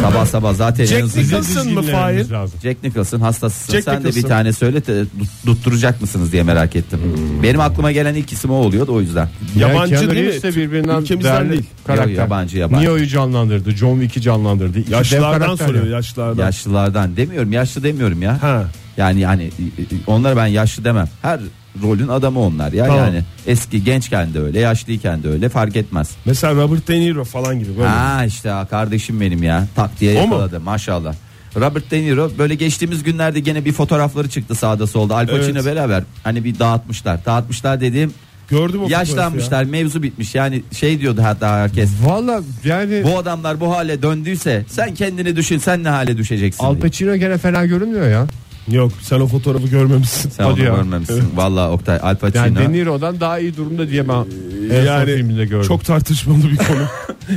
Speaker 2: Sabah sabah zaten en
Speaker 4: Jack
Speaker 2: azından-
Speaker 4: Nicholson mı Fahir?
Speaker 3: Lazım.
Speaker 2: Jack Nicholson hastasısın.
Speaker 4: Jack
Speaker 2: Sen de
Speaker 4: Nicholson.
Speaker 2: bir tane söyle de dut- tutturacak mısınız diye merak ettim.
Speaker 4: Hmm.
Speaker 2: Benim aklıma gelen ilk isim o oluyordu o yüzden.
Speaker 4: Yabancı
Speaker 3: Keanu
Speaker 4: değil mi?
Speaker 3: Reeves de birbirinden
Speaker 4: Ülkemizden
Speaker 3: değerli
Speaker 4: değil.
Speaker 3: Karakter.
Speaker 2: Yok, yabancı, yabancı.
Speaker 3: Neo'yu canlandırdı. John Wick'i canlandırdı. İki dev
Speaker 4: Yaşlılardan
Speaker 3: karakter
Speaker 4: soruyor
Speaker 3: ya.
Speaker 4: yaşlılardan.
Speaker 2: Yaşlılardan demiyorum yaşlı demiyorum ya.
Speaker 4: Ha.
Speaker 2: Yani yani onlara ben yaşlı demem. Her rolün adamı onlar ya
Speaker 4: Tamam.
Speaker 2: yani. Eski gençken de öyle yaşlıyken de öyle fark etmez.
Speaker 4: Mesela Robert De Niro falan gibi böyle.
Speaker 2: Ha işte ha, kardeşim benim ya tak diye
Speaker 4: O mu?
Speaker 2: yakaladı maşallah. Robert De Niro böyle geçtiğimiz günlerde gene bir fotoğrafları çıktı sağda solda Al Pacino
Speaker 4: Evet.
Speaker 2: beraber hani bir dağıtmışlar. Dağıtmışlar dediğim
Speaker 4: Gördüm o fotoğrafı
Speaker 2: yaşlanmışlar mevzu bitmiş yani şey diyordu hatta herkes.
Speaker 3: Valla yani
Speaker 2: Bu adamlar bu hale döndüyse sen kendini düşün sen ne hale düşeceksin
Speaker 3: Al
Speaker 2: diye.
Speaker 3: Pacino gene fena görünmüyor ya.
Speaker 4: ya. Yok sen o fotoğrafı görmemişsin.
Speaker 2: Sen onu
Speaker 3: Hadi ya.
Speaker 2: görmemişsin. Vallahi Oktay Al Pacino.
Speaker 3: Yani De Niro'dan daha iyi durumda diye ben en son filminde gördüm.
Speaker 4: çok tartışmalı bir konu.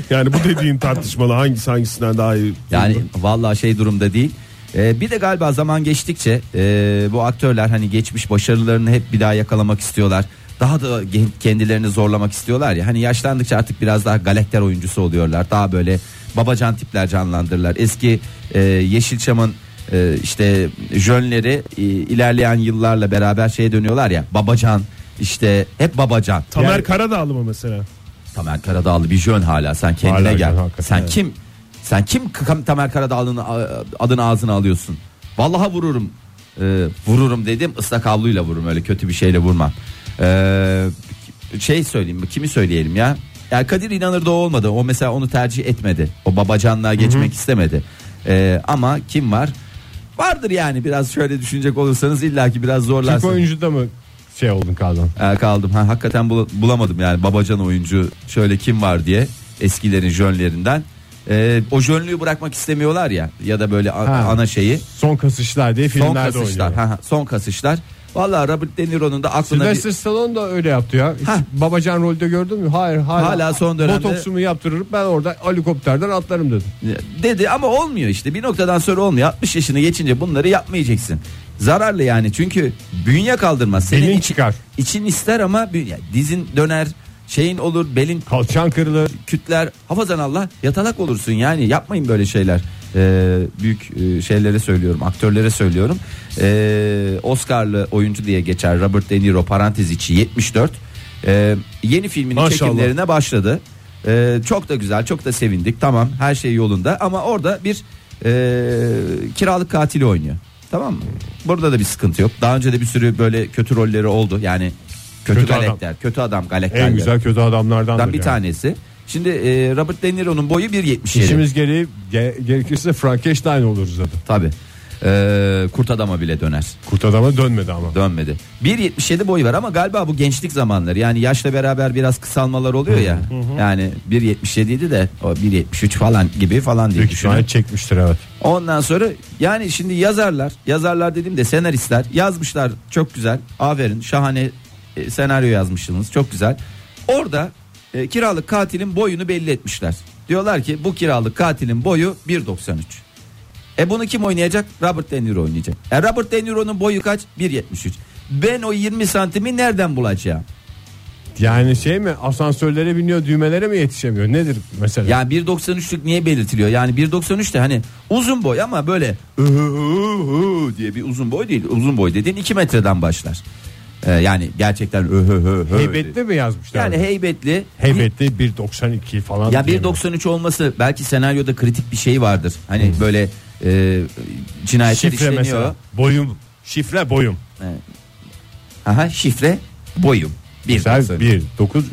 Speaker 4: yani bu dediğin tartışmalı hangisi hangisinden daha iyi.
Speaker 2: Yani
Speaker 4: Bilmiyorum.
Speaker 2: vallahi şey durumda değil. Ee, bir de galiba zaman geçtikçe e, bu aktörler hani geçmiş başarılarını hep bir daha yakalamak istiyorlar. Daha da gen- kendilerini zorlamak istiyorlar ya. Hani yaşlandıkça artık biraz daha galakter oyuncusu oluyorlar. Daha böyle babacan tipler canlandırırlar. Eski e, Yeşilçam'ın e, işte jönleri e, ilerleyen yıllarla beraber şeye dönüyorlar ya. Babacan işte hep babacan.
Speaker 4: Tamer
Speaker 3: Yani-
Speaker 4: Karadağlı mı mesela?
Speaker 2: Tamer Karadağlı bir jön hala sen kendine
Speaker 3: Hala
Speaker 2: gel.
Speaker 3: jön, hakikaten.
Speaker 2: sen
Speaker 3: Evet.
Speaker 2: kim? Sen kim K- Tamer Karadağlı'nın a- adını ağzına alıyorsun? Vallahi vururum. Ee, vururum dedim ıslak havluyla vururum öyle kötü bir şeyle vurmam. Ee, şey söyleyeyim mi? Kimi söyleyelim ya? Yani Kadir İnanır da o olmadı. O mesela onu tercih etmedi. O babacanlığa geçmek istemedi. Ee, ama kim var? Vardır yani biraz şöyle düşünecek olursanız illaki biraz
Speaker 3: Türk
Speaker 2: zorlarsınız.
Speaker 3: oyuncu da mı şey oldun kaldın.
Speaker 2: Ee, kaldım. Ha, hakikaten bul- bulamadım yani babacan oyuncu şöyle kim var diye eskilerin jönlerinden. Ee, o jönlüğü bırakmak istemiyorlar ya ya da böyle a-
Speaker 3: Ha.
Speaker 2: ana şeyi.
Speaker 3: Son kasışlar diye
Speaker 2: Son
Speaker 3: filmlerde
Speaker 2: kasışlar.
Speaker 3: oynuyor.
Speaker 2: Ha, ha, son kasışlar. Vallahi Robert De Niro'nun da aklına bir-
Speaker 3: Sylvester Stallone da öyle yaptı ya. Hiç
Speaker 2: Ha.
Speaker 3: Babacan rolde gördün mü? Hayır hala.
Speaker 2: Hala son dönemde-
Speaker 3: Botoksumu yaptırırım ben orada helikopterden atlarım dedim.
Speaker 2: dedi ama olmuyor işte bir noktadan sonra olmuyor 60 yaşını geçince bunları yapmayacaksın zararlı yani çünkü bünye kaldırmaz senin
Speaker 3: Belin
Speaker 2: için,
Speaker 3: çıkar.
Speaker 2: için ister ama bünye, dizin döner şeyin olur belin
Speaker 3: Kalçan kırılır.
Speaker 2: kütler hafazan Allah yatalak olursun yani yapmayın böyle şeyler Ee, büyük e, şeylere söylüyorum aktörlere söylüyorum Ee, Oscar'lı oyuncu diye geçer Robert De Niro parantez içi 74 Ee, yeni filminin
Speaker 4: Maşallah.
Speaker 2: çekimlerine başladı Ee, çok da güzel çok da sevindik tamam her şey yolunda ama orada bir e, kiralık katili oynuyor tamam mı burada da bir sıkıntı yok daha önce de bir sürü böyle kötü rolleri oldu yani kötü,
Speaker 3: Kötü adam.
Speaker 2: galekler kötü adam galekler
Speaker 3: En güzel kötü adamlardan
Speaker 2: bir tanesi. Şimdi e, Robert De Niro'nun boyu 1.77.
Speaker 3: İşimiz gereği ge- gerekirse Frankenstein oluruz dedi.
Speaker 2: Tabii. E, kurt adama bile döner.
Speaker 3: Kurt adama dönmedi ama.
Speaker 2: Dönmedi. 1.77 boyu var ama galiba bu gençlik zamanları. Yani yaşla beraber biraz kısalmalar oluyor ya. yani 1.77 idi de o 1.73 falan gibi falan diye
Speaker 3: Büyük
Speaker 2: düşünüyorum.
Speaker 3: ihtimalle çekmiştir evet.
Speaker 2: Ondan sonra yani şimdi yazarlar, yazarlar dediğim de senaristler yazmışlar çok güzel. Aferin şahane e, senaryo yazmışsınız çok güzel. Orada e, kiralık katilin boyunu belli etmişler. Diyorlar ki bu kiralık katilin boyu 1.93. E bunu kim oynayacak? Robert De Niro oynayacak. E Robert De Niro'nun boyu kaç? 1.73. Ben o 20 santimi nereden bulacağım?
Speaker 3: Yani şey mi asansörlere biniyor düğmelere mi yetişemiyor nedir mesela?
Speaker 2: Yani 1.93'lük niye belirtiliyor? Yani 1.93 de hani uzun boy ama böyle "Öhöhöhö" diye bir uzun boy değil. Uzun boy dediğin 2 metreden başlar. Ee, yani gerçekten öhöhöhö.
Speaker 3: heybetli mi yazmışlar?
Speaker 2: Yani heybetli.
Speaker 3: heybetli 1.92 falan.
Speaker 2: Ya
Speaker 3: diye mi?
Speaker 2: 1.93 olması belki senaryoda kritik bir şey vardır. Hani böyle e, cinayetler
Speaker 3: Hmm. Şifre
Speaker 2: işleniyor.
Speaker 3: mesela. Boyum. Şifre boyum.
Speaker 2: Aha şifre boyum.
Speaker 3: Mesela
Speaker 2: 1.93.
Speaker 3: 1.93.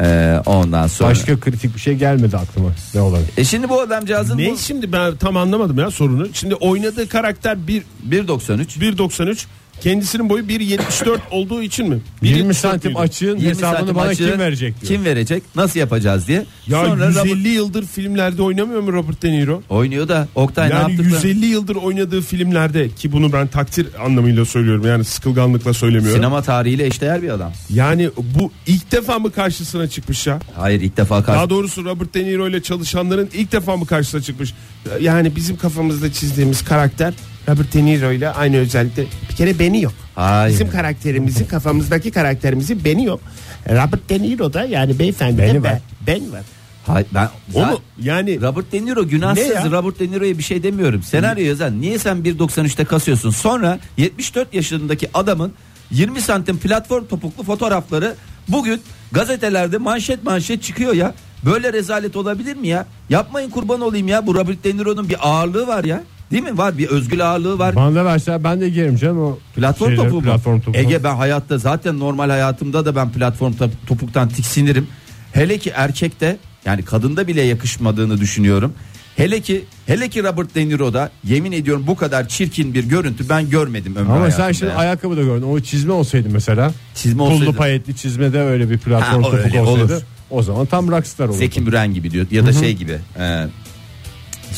Speaker 2: Ee, ondan sonra.
Speaker 3: Başka kritik bir şey gelmedi aklıma. Ne olabilir?
Speaker 2: E şimdi bu adamcağızın
Speaker 4: Ne
Speaker 2: bu
Speaker 4: şimdi ben tam anlamadım ya sorunu. Şimdi oynadığı karakter bir
Speaker 2: 1.93.
Speaker 4: 1.93 kendisinin boyu 1.74 olduğu için mi?
Speaker 3: 20
Speaker 4: 1.74
Speaker 3: santim
Speaker 4: miydi?
Speaker 3: açığın
Speaker 2: 20
Speaker 3: hesabını
Speaker 2: santim
Speaker 3: bana
Speaker 2: açığı
Speaker 3: kim verecek diyor.
Speaker 2: Kim verecek? Nasıl yapacağız diye.
Speaker 4: Ya
Speaker 2: Sonra
Speaker 4: 150
Speaker 2: Robert-
Speaker 4: yıldır filmlerde oynamıyor mu Robert De Niro?
Speaker 2: oynuyor da Oktay ne
Speaker 4: Yani
Speaker 2: yaptık da
Speaker 4: 150 yıldır oynadığı filmlerde ki bunu ben takdir anlamıyla söylüyorum yani sıkılganlıkla söylemiyorum.
Speaker 2: sinema tarihiyle eşdeğer bir adam.
Speaker 4: Yani bu ilk defa mı karşısına çıkmış ya?
Speaker 2: Hayır ilk defa karşı.
Speaker 4: Daha doğrusu Robert De Niro ile çalışanların ilk defa mı karşısına çıkmış? Yani bizim kafamızda çizdiğimiz karakter Robert De Niro ile aynı özellikte bir kere beni yok.
Speaker 2: Hayır.
Speaker 5: Bizim karakterimizin kafamızdaki karakterimizin beni yok. Robert De Niro'da yani beyefendi
Speaker 3: Beni
Speaker 5: de
Speaker 3: var.
Speaker 5: ben, ben var.
Speaker 2: Hayır ben
Speaker 4: O
Speaker 2: Ya-
Speaker 4: mu? Yani
Speaker 2: Robert De Niro günahsız.
Speaker 4: Ne ya?
Speaker 2: Robert De Niro'ya bir şey demiyorum. Senaryo yazan niye sen 1.93'te kasıyorsun? Sonra 74 yaşındaki adamın 20 santim platform topuklu fotoğrafları bugün gazetelerde manşet manşet çıkıyor ya. Böyle rezalet olabilir mi ya? Yapmayın kurban olayım ya. Bu Robert De Niro'nun bir ağırlığı var ya. Değil mi? Var bir özgül ağırlığı var.
Speaker 3: Bana da verseler ben de giyerim canım o
Speaker 2: Platform
Speaker 3: şeyleri,
Speaker 2: topuğu mu?
Speaker 3: platform topuğu.
Speaker 2: Ege ben hayatta zaten normal hayatımda da ben platform top- topuktan tiksinirim. Hele ki erkekte yani kadında bile yakışmadığını düşünüyorum. Hele ki hele ki Robert De Niro'da yemin ediyorum bu kadar çirkin bir görüntü ben görmedim ömrü
Speaker 3: Ama sen
Speaker 2: hayatımda
Speaker 3: şimdi
Speaker 2: ya.
Speaker 3: ayakkabı da gördün. O çizme olsaydı mesela.
Speaker 2: Çizme
Speaker 3: Pullu
Speaker 2: olsaydı
Speaker 3: payetli çizmede öyle bir platform
Speaker 2: Ha,
Speaker 3: topuk
Speaker 2: öyle
Speaker 3: olsaydı.
Speaker 2: olur.
Speaker 3: O zaman tam rockstar olurdu.
Speaker 2: Zeki Müren gibi diyor ya da şey gibi. e,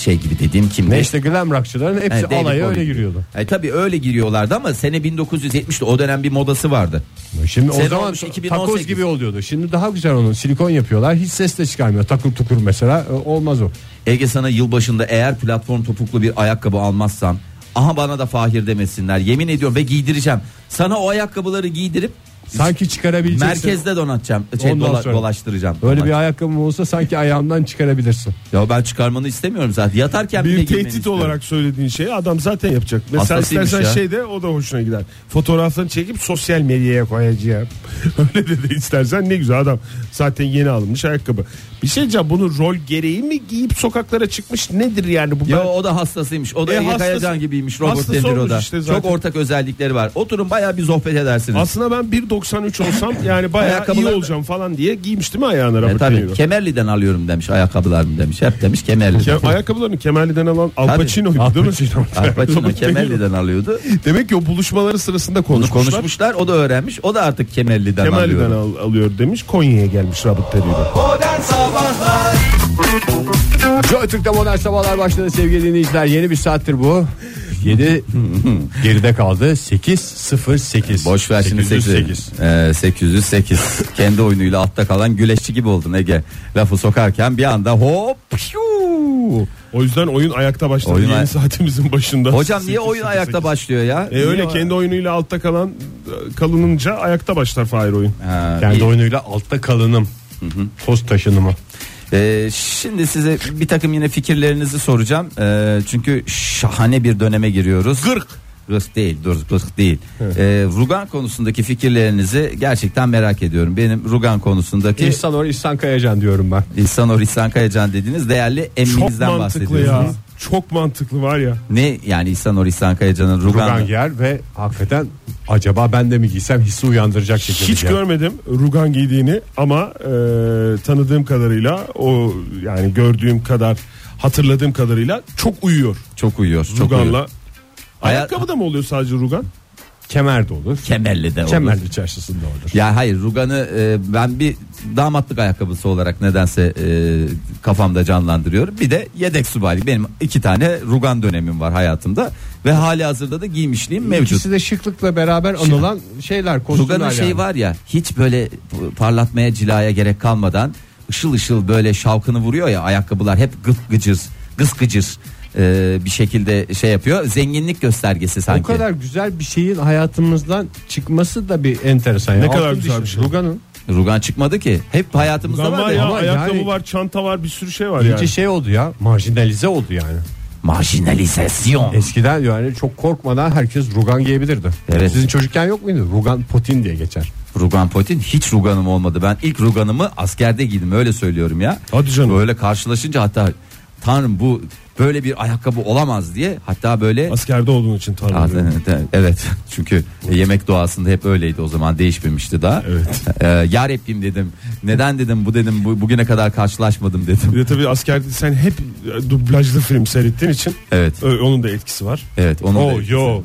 Speaker 2: şey gibi dediğim kimdi?
Speaker 3: Ne işte glam rockçıların hepsi
Speaker 2: He, David
Speaker 3: alaya
Speaker 2: Bowie
Speaker 3: öyle
Speaker 2: gibi.
Speaker 3: giriyordu.
Speaker 2: E, tabii öyle giriyorlardı ama sene 1970'te o dönem bir modası vardı.
Speaker 3: Şimdi
Speaker 2: Sene
Speaker 3: o zaman
Speaker 2: olmuş 2018.
Speaker 3: takoz gibi oluyordu. Şimdi daha güzel onun silikon yapıyorlar. Hiç ses de çıkarmıyor. Takır tukur mesela e, olmaz o.
Speaker 2: Ege sana yılbaşında eğer platform topuklu bir ayakkabı almazsan aha bana da Fahir demesinler. Yemin ediyorum ve giydireceğim. Sana o ayakkabıları giydirip
Speaker 3: Sanki çıkarabileceksin.
Speaker 2: merkezde donatacağım. Şey,
Speaker 3: Ondan
Speaker 2: dola-
Speaker 3: sonra.
Speaker 2: dolaştıracağım.
Speaker 3: Öyle bir
Speaker 2: Dolaştıracağım.
Speaker 3: ayakkabım olsa sanki ayağımdan çıkarabilirsin.
Speaker 2: Ya ben çıkarmanı istemiyorum zaten. Yatarken bile
Speaker 4: bir
Speaker 2: giymeni
Speaker 4: tehdit
Speaker 2: istiyorum.
Speaker 4: olarak söylediğin şeyi adam zaten yapacak. Mesela
Speaker 2: Hastasıymış
Speaker 4: istersen
Speaker 2: ya.
Speaker 4: şey de o da hoşuna gider. Fotoğraflarını çekip sosyal medyaya koyacağım. Öyle de, de istersen ne güzel adam. Zaten yeni alınmış ayakkabı. Bir şey diyeceğim bunu rol gereği mi giyip sokaklara çıkmış nedir yani bu?
Speaker 2: Ya
Speaker 4: Ben-
Speaker 2: o da hastasıymış. O da
Speaker 4: E,
Speaker 2: Ege
Speaker 4: hastası-
Speaker 2: Kayacan gibiymiş Robert
Speaker 4: hastası
Speaker 2: De
Speaker 4: olmuş
Speaker 2: Niro'da.
Speaker 4: işte zaten.
Speaker 2: Çok ortak özellikleri var. Oturun bayağı bir sohbet edersiniz.
Speaker 4: Aslında ben 93 olsam yani bayağı iyi
Speaker 2: Ayakkabılar-
Speaker 4: olacağım falan diye giymiştim ayağına
Speaker 2: E,
Speaker 4: Robert De
Speaker 2: tabii
Speaker 4: Niro.
Speaker 2: Kemerli'den alıyorum demiş ayakkabılarımı demiş. Hep demiş Kemerli'den.
Speaker 4: Ke- ayakkabılarını kemerliden alan Al
Speaker 2: Tabii.
Speaker 4: Pacino'ydu değil mi? Şey,
Speaker 2: Al Pacino
Speaker 4: Robert De Niro.
Speaker 2: Kemerli'den alıyordu.
Speaker 4: Demek ki o buluşmaları sırasında konuşmuşlar.
Speaker 2: Konuşmuşlar o da öğrenmiş. O da artık Kemerli'den,
Speaker 4: Kemerli'den
Speaker 2: alıyor.
Speaker 4: al- alıyor demiş. Konya'ya gelmiş Robert De Niro.
Speaker 3: Joy Türk'te modern sabahlar başladı sevgili dinleyiciler. Yeni bir saattir bu. 7 geride kaldı. 8.08.
Speaker 2: Boş ver şimdi Ee, 808. 808. Kendi oyunuyla altta kalan güleşçi gibi oldun Ege. Lafı sokarken bir anda hop. piu.
Speaker 4: O yüzden oyun ayakta başladı.
Speaker 2: Oyun ay-
Speaker 4: Yeni saatimizin başında.
Speaker 2: Hocam niye
Speaker 4: Sekiz,
Speaker 2: oyun
Speaker 4: sekiz,
Speaker 2: ayakta
Speaker 4: sekiz.
Speaker 2: başlıyor ya?
Speaker 4: E öyle kendi oyunuyla altta kalan e, kalınınca ayakta başlar Fahir oyun.
Speaker 2: Ha,
Speaker 3: Kendi
Speaker 2: iyi.
Speaker 3: oyunuyla altta kalınım. Toz taşınımı.
Speaker 2: Ee, şimdi size bir takım yine fikirlerinizi soracağım. Ee, çünkü şahane bir döneme giriyoruz. Gırk. Gırk değil, dur gırk değil. Ee, Rugan konusundaki fikirlerinizi gerçekten merak ediyorum. Benim Rugan konusundaki
Speaker 4: E,
Speaker 3: İhsan or İhsan Kayacan diyorum ben.
Speaker 2: İhsan Or İhsan Kayacan dediğiniz değerli
Speaker 4: Çok
Speaker 2: emminizden
Speaker 4: mantıklı ya.
Speaker 2: bahsediyorsunuz.
Speaker 4: Çok mantıklı var ya.
Speaker 2: Ne yani İhsan Or İhsan Kayacan'ın Rugan,
Speaker 3: Rugan giyer ve hakikaten acaba ben de mi giysem hissi uyandıracak şekilde.
Speaker 4: Hiç
Speaker 3: giyer.
Speaker 4: görmedim rugan giydiğini ama e, tanıdığım kadarıyla o yani gördüğüm kadar hatırladığım kadarıyla çok uyuyor
Speaker 2: çok uyuyor. Çok uyuyor.
Speaker 4: ruganla.
Speaker 2: Aya-
Speaker 4: Ayakkabı da mı oluyor sadece rugan?
Speaker 3: Kemer de olur.
Speaker 2: Kemerli de olur.
Speaker 3: Kemerli çarşısında olur.
Speaker 2: Ya hayır Rugan'ı e, ben bir damatlık ayakkabısı olarak nedense e, kafamda canlandırıyorum. Bir de yedek subaylık. Benim iki tane Rugan dönemim var hayatımda ve hali hazırda da giymişliğim mevcut.
Speaker 3: İkisi de şıklıkla beraber anılan şeyler. kostümler
Speaker 2: Rugan'ın şeyi
Speaker 3: yani.
Speaker 2: var ya hiç böyle parlatmaya cilaya gerek kalmadan ışıl ışıl böyle şavkını vuruyor ya ayakkabılar hep gıt gıcır gıs gıcır e, bir şekilde şey yapıyor. Zenginlik göstergesi sanki.
Speaker 3: O kadar güzel bir şeyin hayatımızdan çıkması da bir enteresan. ya.
Speaker 4: Ne kadar
Speaker 3: Altın
Speaker 4: güzel
Speaker 3: dişi.
Speaker 4: bir şey.
Speaker 3: Rugan'ın
Speaker 2: Rugan çıkmadı ki. Hep hayatımızda
Speaker 4: Rugan var
Speaker 2: var
Speaker 4: ya
Speaker 2: ya.
Speaker 3: Ama
Speaker 4: ayakkabı
Speaker 3: yani-
Speaker 4: var çanta var bir sürü şey var
Speaker 3: iyice
Speaker 4: yani.
Speaker 3: şey oldu ya marjinalize oldu yani.
Speaker 2: Marjinalizasyon.
Speaker 3: Eskiden yani çok korkmadan herkes rugan giyebilirdi.
Speaker 2: Evet. Şey
Speaker 3: Sizin çocukken yok muydu? Rugan potin diye geçer.
Speaker 2: Rugan potin hiç ruganım olmadı. Ben ilk ruganımı askerde giydim öyle söylüyorum ya.
Speaker 4: Hadi canım.
Speaker 2: Böyle karşılaşınca hatta tanrım bu böyle bir ayakkabı olamaz diye hatta böyle
Speaker 4: Askerde olduğun için tanrım.
Speaker 2: Aa, evet çünkü yemek doğasında hep öyleydi o zaman değişmemişti daha.
Speaker 4: Evet.
Speaker 2: Ee, ya Rabbim dedim. Neden dedim bu dedim bu, bugüne kadar karşılaşmadım dedim.
Speaker 4: Bir de tabii askerde sen hep e, dublajlı film seyrettiğin için
Speaker 2: Evet.
Speaker 4: ö- onun da etkisi var.
Speaker 2: Evet onu
Speaker 4: Oh yo.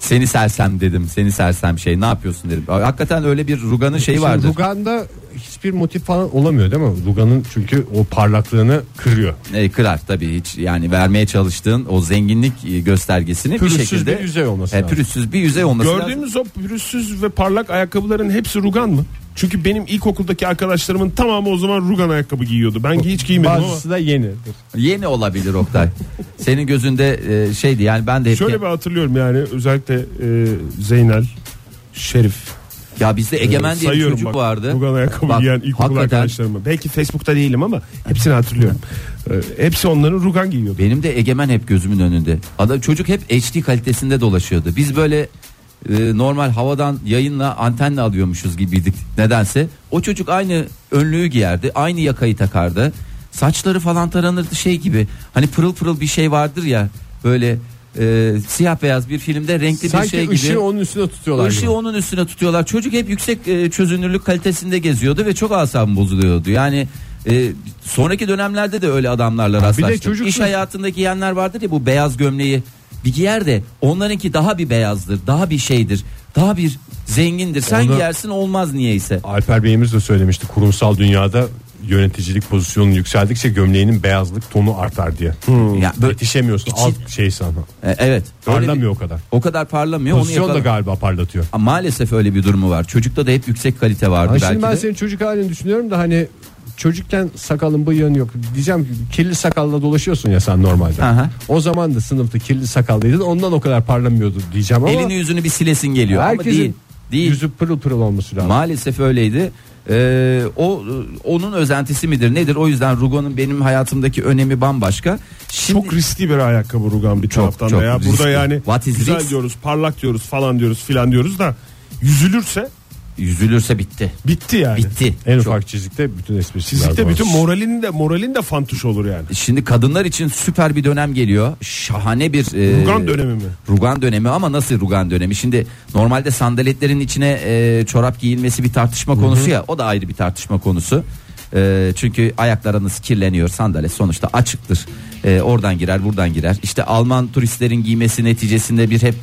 Speaker 2: seni sersem dedim. Seni sersem şey ne yapıyorsun dedim. Hakikaten öyle bir ruganın şeyi
Speaker 3: Şimdi
Speaker 2: vardı.
Speaker 3: Rugan'da hiçbir motif falan olamıyor değil mi? Rugan'ın çünkü o parlaklığını kırıyor.
Speaker 2: E, kırar tabii hiç yani vermeye çalıştığın o zenginlik e, göstergesini
Speaker 3: Pürüzsüz
Speaker 2: bir şekilde
Speaker 3: bir yüzey olması
Speaker 2: E,
Speaker 3: lazım.
Speaker 2: pürüzsüz bir yüzey olması lazım.
Speaker 4: Gördüğümüz o pürüzsüz ve parlak ayakkabıların hepsi rugan mı? Çünkü benim ilkokuldaki arkadaşlarımın tamamı o zaman rugan ayakkabı giyiyordu. Ben hiç giymedim ama.
Speaker 3: Bazısı da yeni.
Speaker 2: Yeni olabilir Oktay. Senin gözünde e, şeydi yani ben de hep
Speaker 4: Şöyle bir hatırlıyorum yani özellikle e, Zeynel, Şerif.
Speaker 2: ya bizde Ee, egemen
Speaker 4: e,
Speaker 2: diye bir
Speaker 4: sayıyorum
Speaker 2: çocuk
Speaker 4: bak,
Speaker 2: vardı.
Speaker 4: Rugan ayakkabı
Speaker 2: Bak,
Speaker 4: giyen ilkokul
Speaker 2: hakikaten
Speaker 4: arkadaşlarımı. Belki Facebook'ta değilim ama hepsini hatırlıyorum. E, hepsi onların rugan giyiyordu.
Speaker 2: Benim de egemen hep gözümün önünde. Adam çocuk hep HD kalitesinde dolaşıyordu. Biz böyle e, normal havadan yayınla antenle alıyormuşuz gibiydik nedense. O çocuk aynı önlüğü giyerdi, aynı yakayı takardı. Saçları falan taranırdı şey gibi. Hani pırıl pırıl bir şey vardır ya böyle e, siyah beyaz bir filmde renkli
Speaker 3: Sanki
Speaker 2: bir şey gibi.
Speaker 3: ışığı onun üstüne tutuyorlar
Speaker 2: Işığı
Speaker 3: gibi.
Speaker 2: onun üstüne tutuyorlar. Çocuk hep yüksek e, çözünürlük kalitesinde geziyordu ve çok asabım bozuluyordu. Yani e, sonraki dönemlerde de öyle adamlarla rastlaştım.
Speaker 3: çocuk-
Speaker 2: İş hayatında giyenler vardır ya bu beyaz gömleği bir giyer de onlarınki daha bir beyazdır, daha bir şeydir, daha bir zengindir. Sen
Speaker 3: Onu-
Speaker 2: giyersin olmaz niyeyse.
Speaker 3: Alper Bey'imiz de söylemişti kurumsal dünyada yöneticilik pozisyonu yükseldikçe gömleğinin beyazlık tonu artar diye.
Speaker 4: Hmm.
Speaker 2: Ya böyle-
Speaker 3: Yetişemiyorsun
Speaker 2: İçi-
Speaker 3: alt şey sana.
Speaker 2: E, evet. Öyle bir-
Speaker 3: Parlamıyor o kadar.
Speaker 2: o kadar parlamıyor. onu
Speaker 3: Pozisyon da
Speaker 2: yakala-
Speaker 3: galiba parlatıyor.
Speaker 2: Ama Maalesef öyle bir durumu var. Çocukta da hep yüksek kalite vardı
Speaker 3: Ha,
Speaker 2: belki
Speaker 3: şimdi ben
Speaker 2: de.
Speaker 3: senin çocuk halini düşünüyorum da hani çocukken sakalın bıyığın yok. Diyeceğim ki kirli sakalla dolaşıyorsun ya sen normalde.
Speaker 2: Aha.
Speaker 3: O zaman da sınıfta kirli sakallıydın ondan o kadar parlamıyordu diyeceğim ama
Speaker 2: Elini yüzünü bir silesin geliyor ama
Speaker 3: herkesin
Speaker 2: değil. Değil.
Speaker 3: yüzü pırıl pırıl olması lazım.
Speaker 2: Maalesef öyleydi. Ee, o onun özentisi midir nedir? O yüzden Rugo'nun benim hayatımdaki önemi bambaşka. Şimdi
Speaker 4: Çok riskli bir ayakkabı rugan bir
Speaker 2: Çok,
Speaker 4: taraftan
Speaker 2: çok
Speaker 4: da ya.
Speaker 2: riskli.
Speaker 4: Burada yani
Speaker 2: What is
Speaker 4: güzel
Speaker 2: risk?
Speaker 4: diyoruz, parlak diyoruz, falan diyoruz, filan diyoruz da yüzülürse
Speaker 2: yüzülürse bitti.
Speaker 4: Bitti yani.
Speaker 2: Bitti.
Speaker 3: En
Speaker 2: Çok-
Speaker 3: ufak çizikte bütün esprisi.
Speaker 4: Fizikte bütün moralin de moralin de fantuş olur yani.
Speaker 2: Şimdi kadınlar için süper bir dönem geliyor. Şahane bir e,
Speaker 4: Rugan dönemi mi?
Speaker 2: Rugan dönemi ama nasıl rugan dönemi? Şimdi normalde sandaletlerin içine e, çorap giyilmesi bir tartışma konusu ya. O da ayrı bir tartışma konusu. E, çünkü ayaklarınız kirleniyor sandalet sonuçta açıktır. E, oradan girer, buradan girer. İşte Alman turistlerin giymesi neticesinde bir hep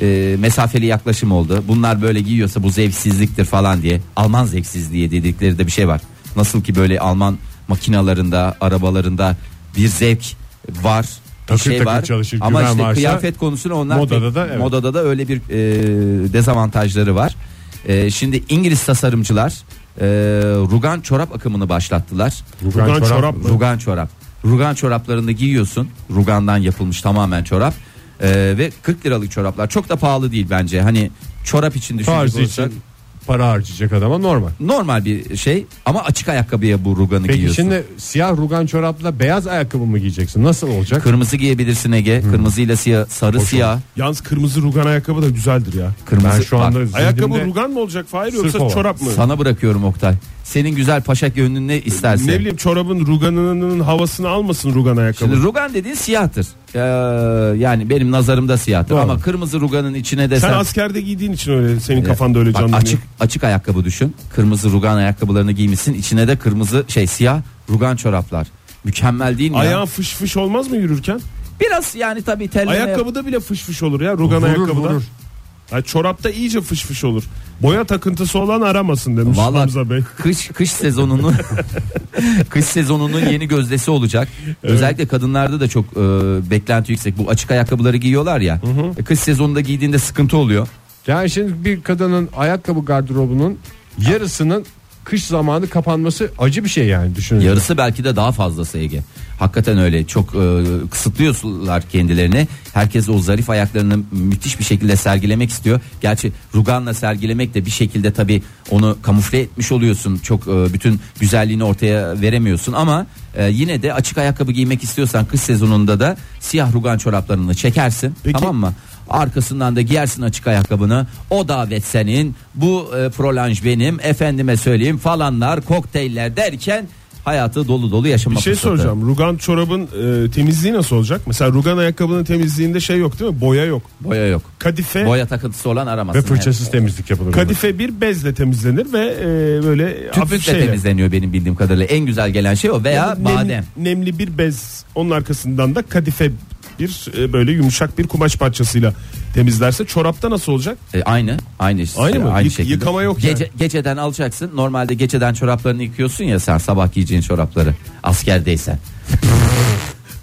Speaker 2: e, mesafeli yaklaşım oldu. Bunlar böyle giyiyorsa bu zevksizliktir falan diye. Alman zevksizliği dedikleri de bir şey var. Nasıl ki böyle Alman makinalarında, arabalarında bir zevk var. bir
Speaker 3: Takır
Speaker 2: şey
Speaker 3: takır
Speaker 2: var.
Speaker 3: çalışır,
Speaker 2: Ama
Speaker 3: güven
Speaker 2: işte
Speaker 3: varsa-
Speaker 2: kıyafet konusunu onlar
Speaker 3: Modada
Speaker 2: pek-
Speaker 3: da evet.
Speaker 2: modada da öyle bir e, dezavantajları var. E, şimdi İngiliz tasarımcılar e, rugan çorap akımını başlattılar.
Speaker 4: Rugan,
Speaker 3: Rugan çorap.
Speaker 4: çorap mı?
Speaker 2: Rugan çorap. Rugan çoraplarını giyiyorsun. Rugandan yapılmış tamamen çorap. E, ve 40 liralık çoraplar çok da pahalı değil bence. Hani çorap için düşünecek
Speaker 3: Tarzı
Speaker 2: olursak
Speaker 3: için para harcayacak adama normal.
Speaker 2: normal bir şey ama açık ayakkabıya bu ruganı
Speaker 3: Peki
Speaker 2: giyiyorsun.
Speaker 3: şimdi siyah rugan çorapla beyaz ayakkabı mı giyeceksin? Nasıl olacak?
Speaker 2: Kırmızı giyebilirsin Ege.
Speaker 3: Hmm.
Speaker 2: Kırmızıyla siyah, sarı siyah,
Speaker 4: Yalnız kırmızı rugan ayakkabı da güzeldir ya.
Speaker 2: kırmızı.
Speaker 3: ben şu
Speaker 2: Bak,
Speaker 3: anda zihnimde
Speaker 4: Ayakkabı rugan mı olacak Fahir
Speaker 3: Sırf
Speaker 4: yoksa
Speaker 3: o var.
Speaker 4: çorap mı?
Speaker 2: Sana bırakıyorum Oktay. Senin güzel paşak yönünü ne istersen.
Speaker 4: Ne bileyim çorabın ruganının havasını almasın rugan ayakkabı.
Speaker 2: Şimdi rugan dediğin siyahtır. Ee, yani benim nazarımda siyahtır
Speaker 3: Doğru.
Speaker 2: ama kırmızı ruganın içine de
Speaker 4: sen,
Speaker 2: sen, E,
Speaker 4: askerde giydiğin için öyle senin kafanda öyle
Speaker 2: Bak,
Speaker 4: canlanıyor.
Speaker 2: açık açık ayakkabı düşün. Kırmızı rugan ayakkabılarını giymişsin. İçine de kırmızı şey siyah rugan çoraplar. Mükemmel değil mi? ya?
Speaker 4: Ayağın fış fış olmaz mı yürürken?
Speaker 2: biraz yani tabii telleme.
Speaker 4: Ayakkabıda bile fış fış olur ya rugan
Speaker 3: Vurur,
Speaker 4: ayakkabıda.
Speaker 3: vurur.
Speaker 4: Ha, çorapta iyice fış fış olur. Boya takıntısı olan aramasın demiş Hamza Bey.
Speaker 2: Vallahi kış kış sezonunun kış sezonunun yeni gözdesi olacak. Özellikle kadınlarda da çok e, beklenti yüksek. Bu açık ayakkabıları giyiyorlar ya. E, kış sezonunda giydiğinde sıkıntı oluyor.
Speaker 3: Yani şimdi bir kadının ayakkabı gardırobunun yarısının kış zamanı kapanması acı bir şey yani düşünün.
Speaker 2: Yarısı belki de daha fazlası Ege. Hakikaten öyle çok e, kısıtlıyorlar kendilerini. Herkes o zarif ayaklarını müthiş bir şekilde sergilemek istiyor. Gerçi ruganla sergilemek de bir şekilde tabii onu kamufle etmiş oluyorsun. Çok e, bütün güzelliğini ortaya veremiyorsun ama e, yine de açık ayakkabı giymek istiyorsan kış sezonunda da siyah rugan çoraplarını çekersin. Tamam mı? Arkasından da giyersin açık ayakkabını. O davet senin. Bu e, prolanj benim. Efendime söyleyeyim falanlar kokteyller derken hayatı dolu dolu yaşama
Speaker 4: Bir şey
Speaker 2: fırsatı.
Speaker 4: soracağım. Rugan çorabın e, temizliği nasıl olacak? Mesela rugan ayakkabının temizliğinde şey yok değil mi? Boya yok.
Speaker 2: Boya yok.
Speaker 4: Kadife
Speaker 2: Boya takıntısı olan
Speaker 3: Ve
Speaker 2: aramasın.
Speaker 3: fırçasız temizlik yapılır.
Speaker 4: kadife bir bezle temizlenir ve e, böyle
Speaker 2: Evet.
Speaker 4: hafif
Speaker 2: Tüplükle
Speaker 4: şeyle.
Speaker 2: temizleniyor benim bildiğim kadarıyla. En güzel gelen şey o veya
Speaker 4: Nem-
Speaker 2: badem.
Speaker 4: Nemli bir bez onun arkasından da kadife bir e, böyle yumuşak bir kumaş parçasıyla temizlerse çorapta nasıl olacak?
Speaker 2: E, aynı. Aynı, işte,
Speaker 4: Aynı mı?
Speaker 2: aynı
Speaker 4: Yık-
Speaker 2: şekilde.
Speaker 4: yıkama yok yani.
Speaker 2: Gece, Geceden alacaksın. Normalde geceden çoraplarını yıkıyorsun ya sen sabah giyeceğin çorapları. Askerdeysen.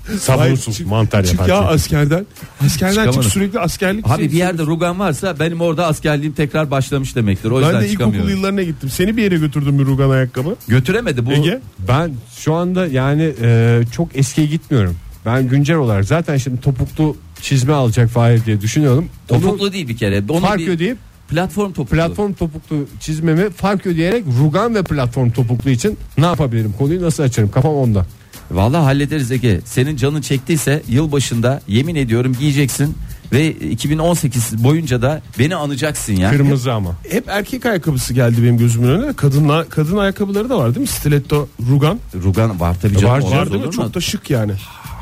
Speaker 4: Hayır,
Speaker 3: Sabunsuz
Speaker 4: çık-
Speaker 3: mantar
Speaker 4: çık
Speaker 3: yapar.
Speaker 4: ya
Speaker 3: çünkü.
Speaker 4: askerden. Askerden
Speaker 2: Çıkamadım.
Speaker 4: çık sürekli askerlik.
Speaker 2: Abi
Speaker 4: şey-
Speaker 2: bir yerde rugan varsa benim orada askerliğim tekrar başlamış demektir. O yüzden
Speaker 4: ben de ilkokul
Speaker 2: çıkamıyorum.
Speaker 4: yıllarına gittim. Seni bir yere götürdüm bir rugan ayakkabı.
Speaker 2: Götüremedi bu.
Speaker 4: Ege
Speaker 3: Ben şu anda yani e, çok eskiye gitmiyorum. Ben güncel olarak zaten şimdi topuklu çizme alacak Fahir diye düşünüyorum. Onu
Speaker 2: Topuklu değil bir kere. Onu
Speaker 3: fark
Speaker 2: bir
Speaker 3: ödeyip
Speaker 2: platform topuklu.
Speaker 3: platform topuklu çizmemi fark ödeyerek rugan ve platform topuklu için ne yapabilirim? Konuyu nasıl açarım? Kafam onda.
Speaker 2: Vallahi hallederiz Ege. Senin canın çektiyse yıl başında yemin ediyorum giyeceksin ve 2018 boyunca da beni anacaksın ya.
Speaker 3: Kırmızı ama.
Speaker 4: hep erkek ayakkabısı geldi benim gözümün önüne. Kadınla kadın ayakkabıları da var değil mi? Stiletto, rugan
Speaker 2: Rugan var tabii canım.
Speaker 3: Var
Speaker 2: olmaz
Speaker 4: var değil mi?
Speaker 2: olur mu?
Speaker 4: Çok da şık yani.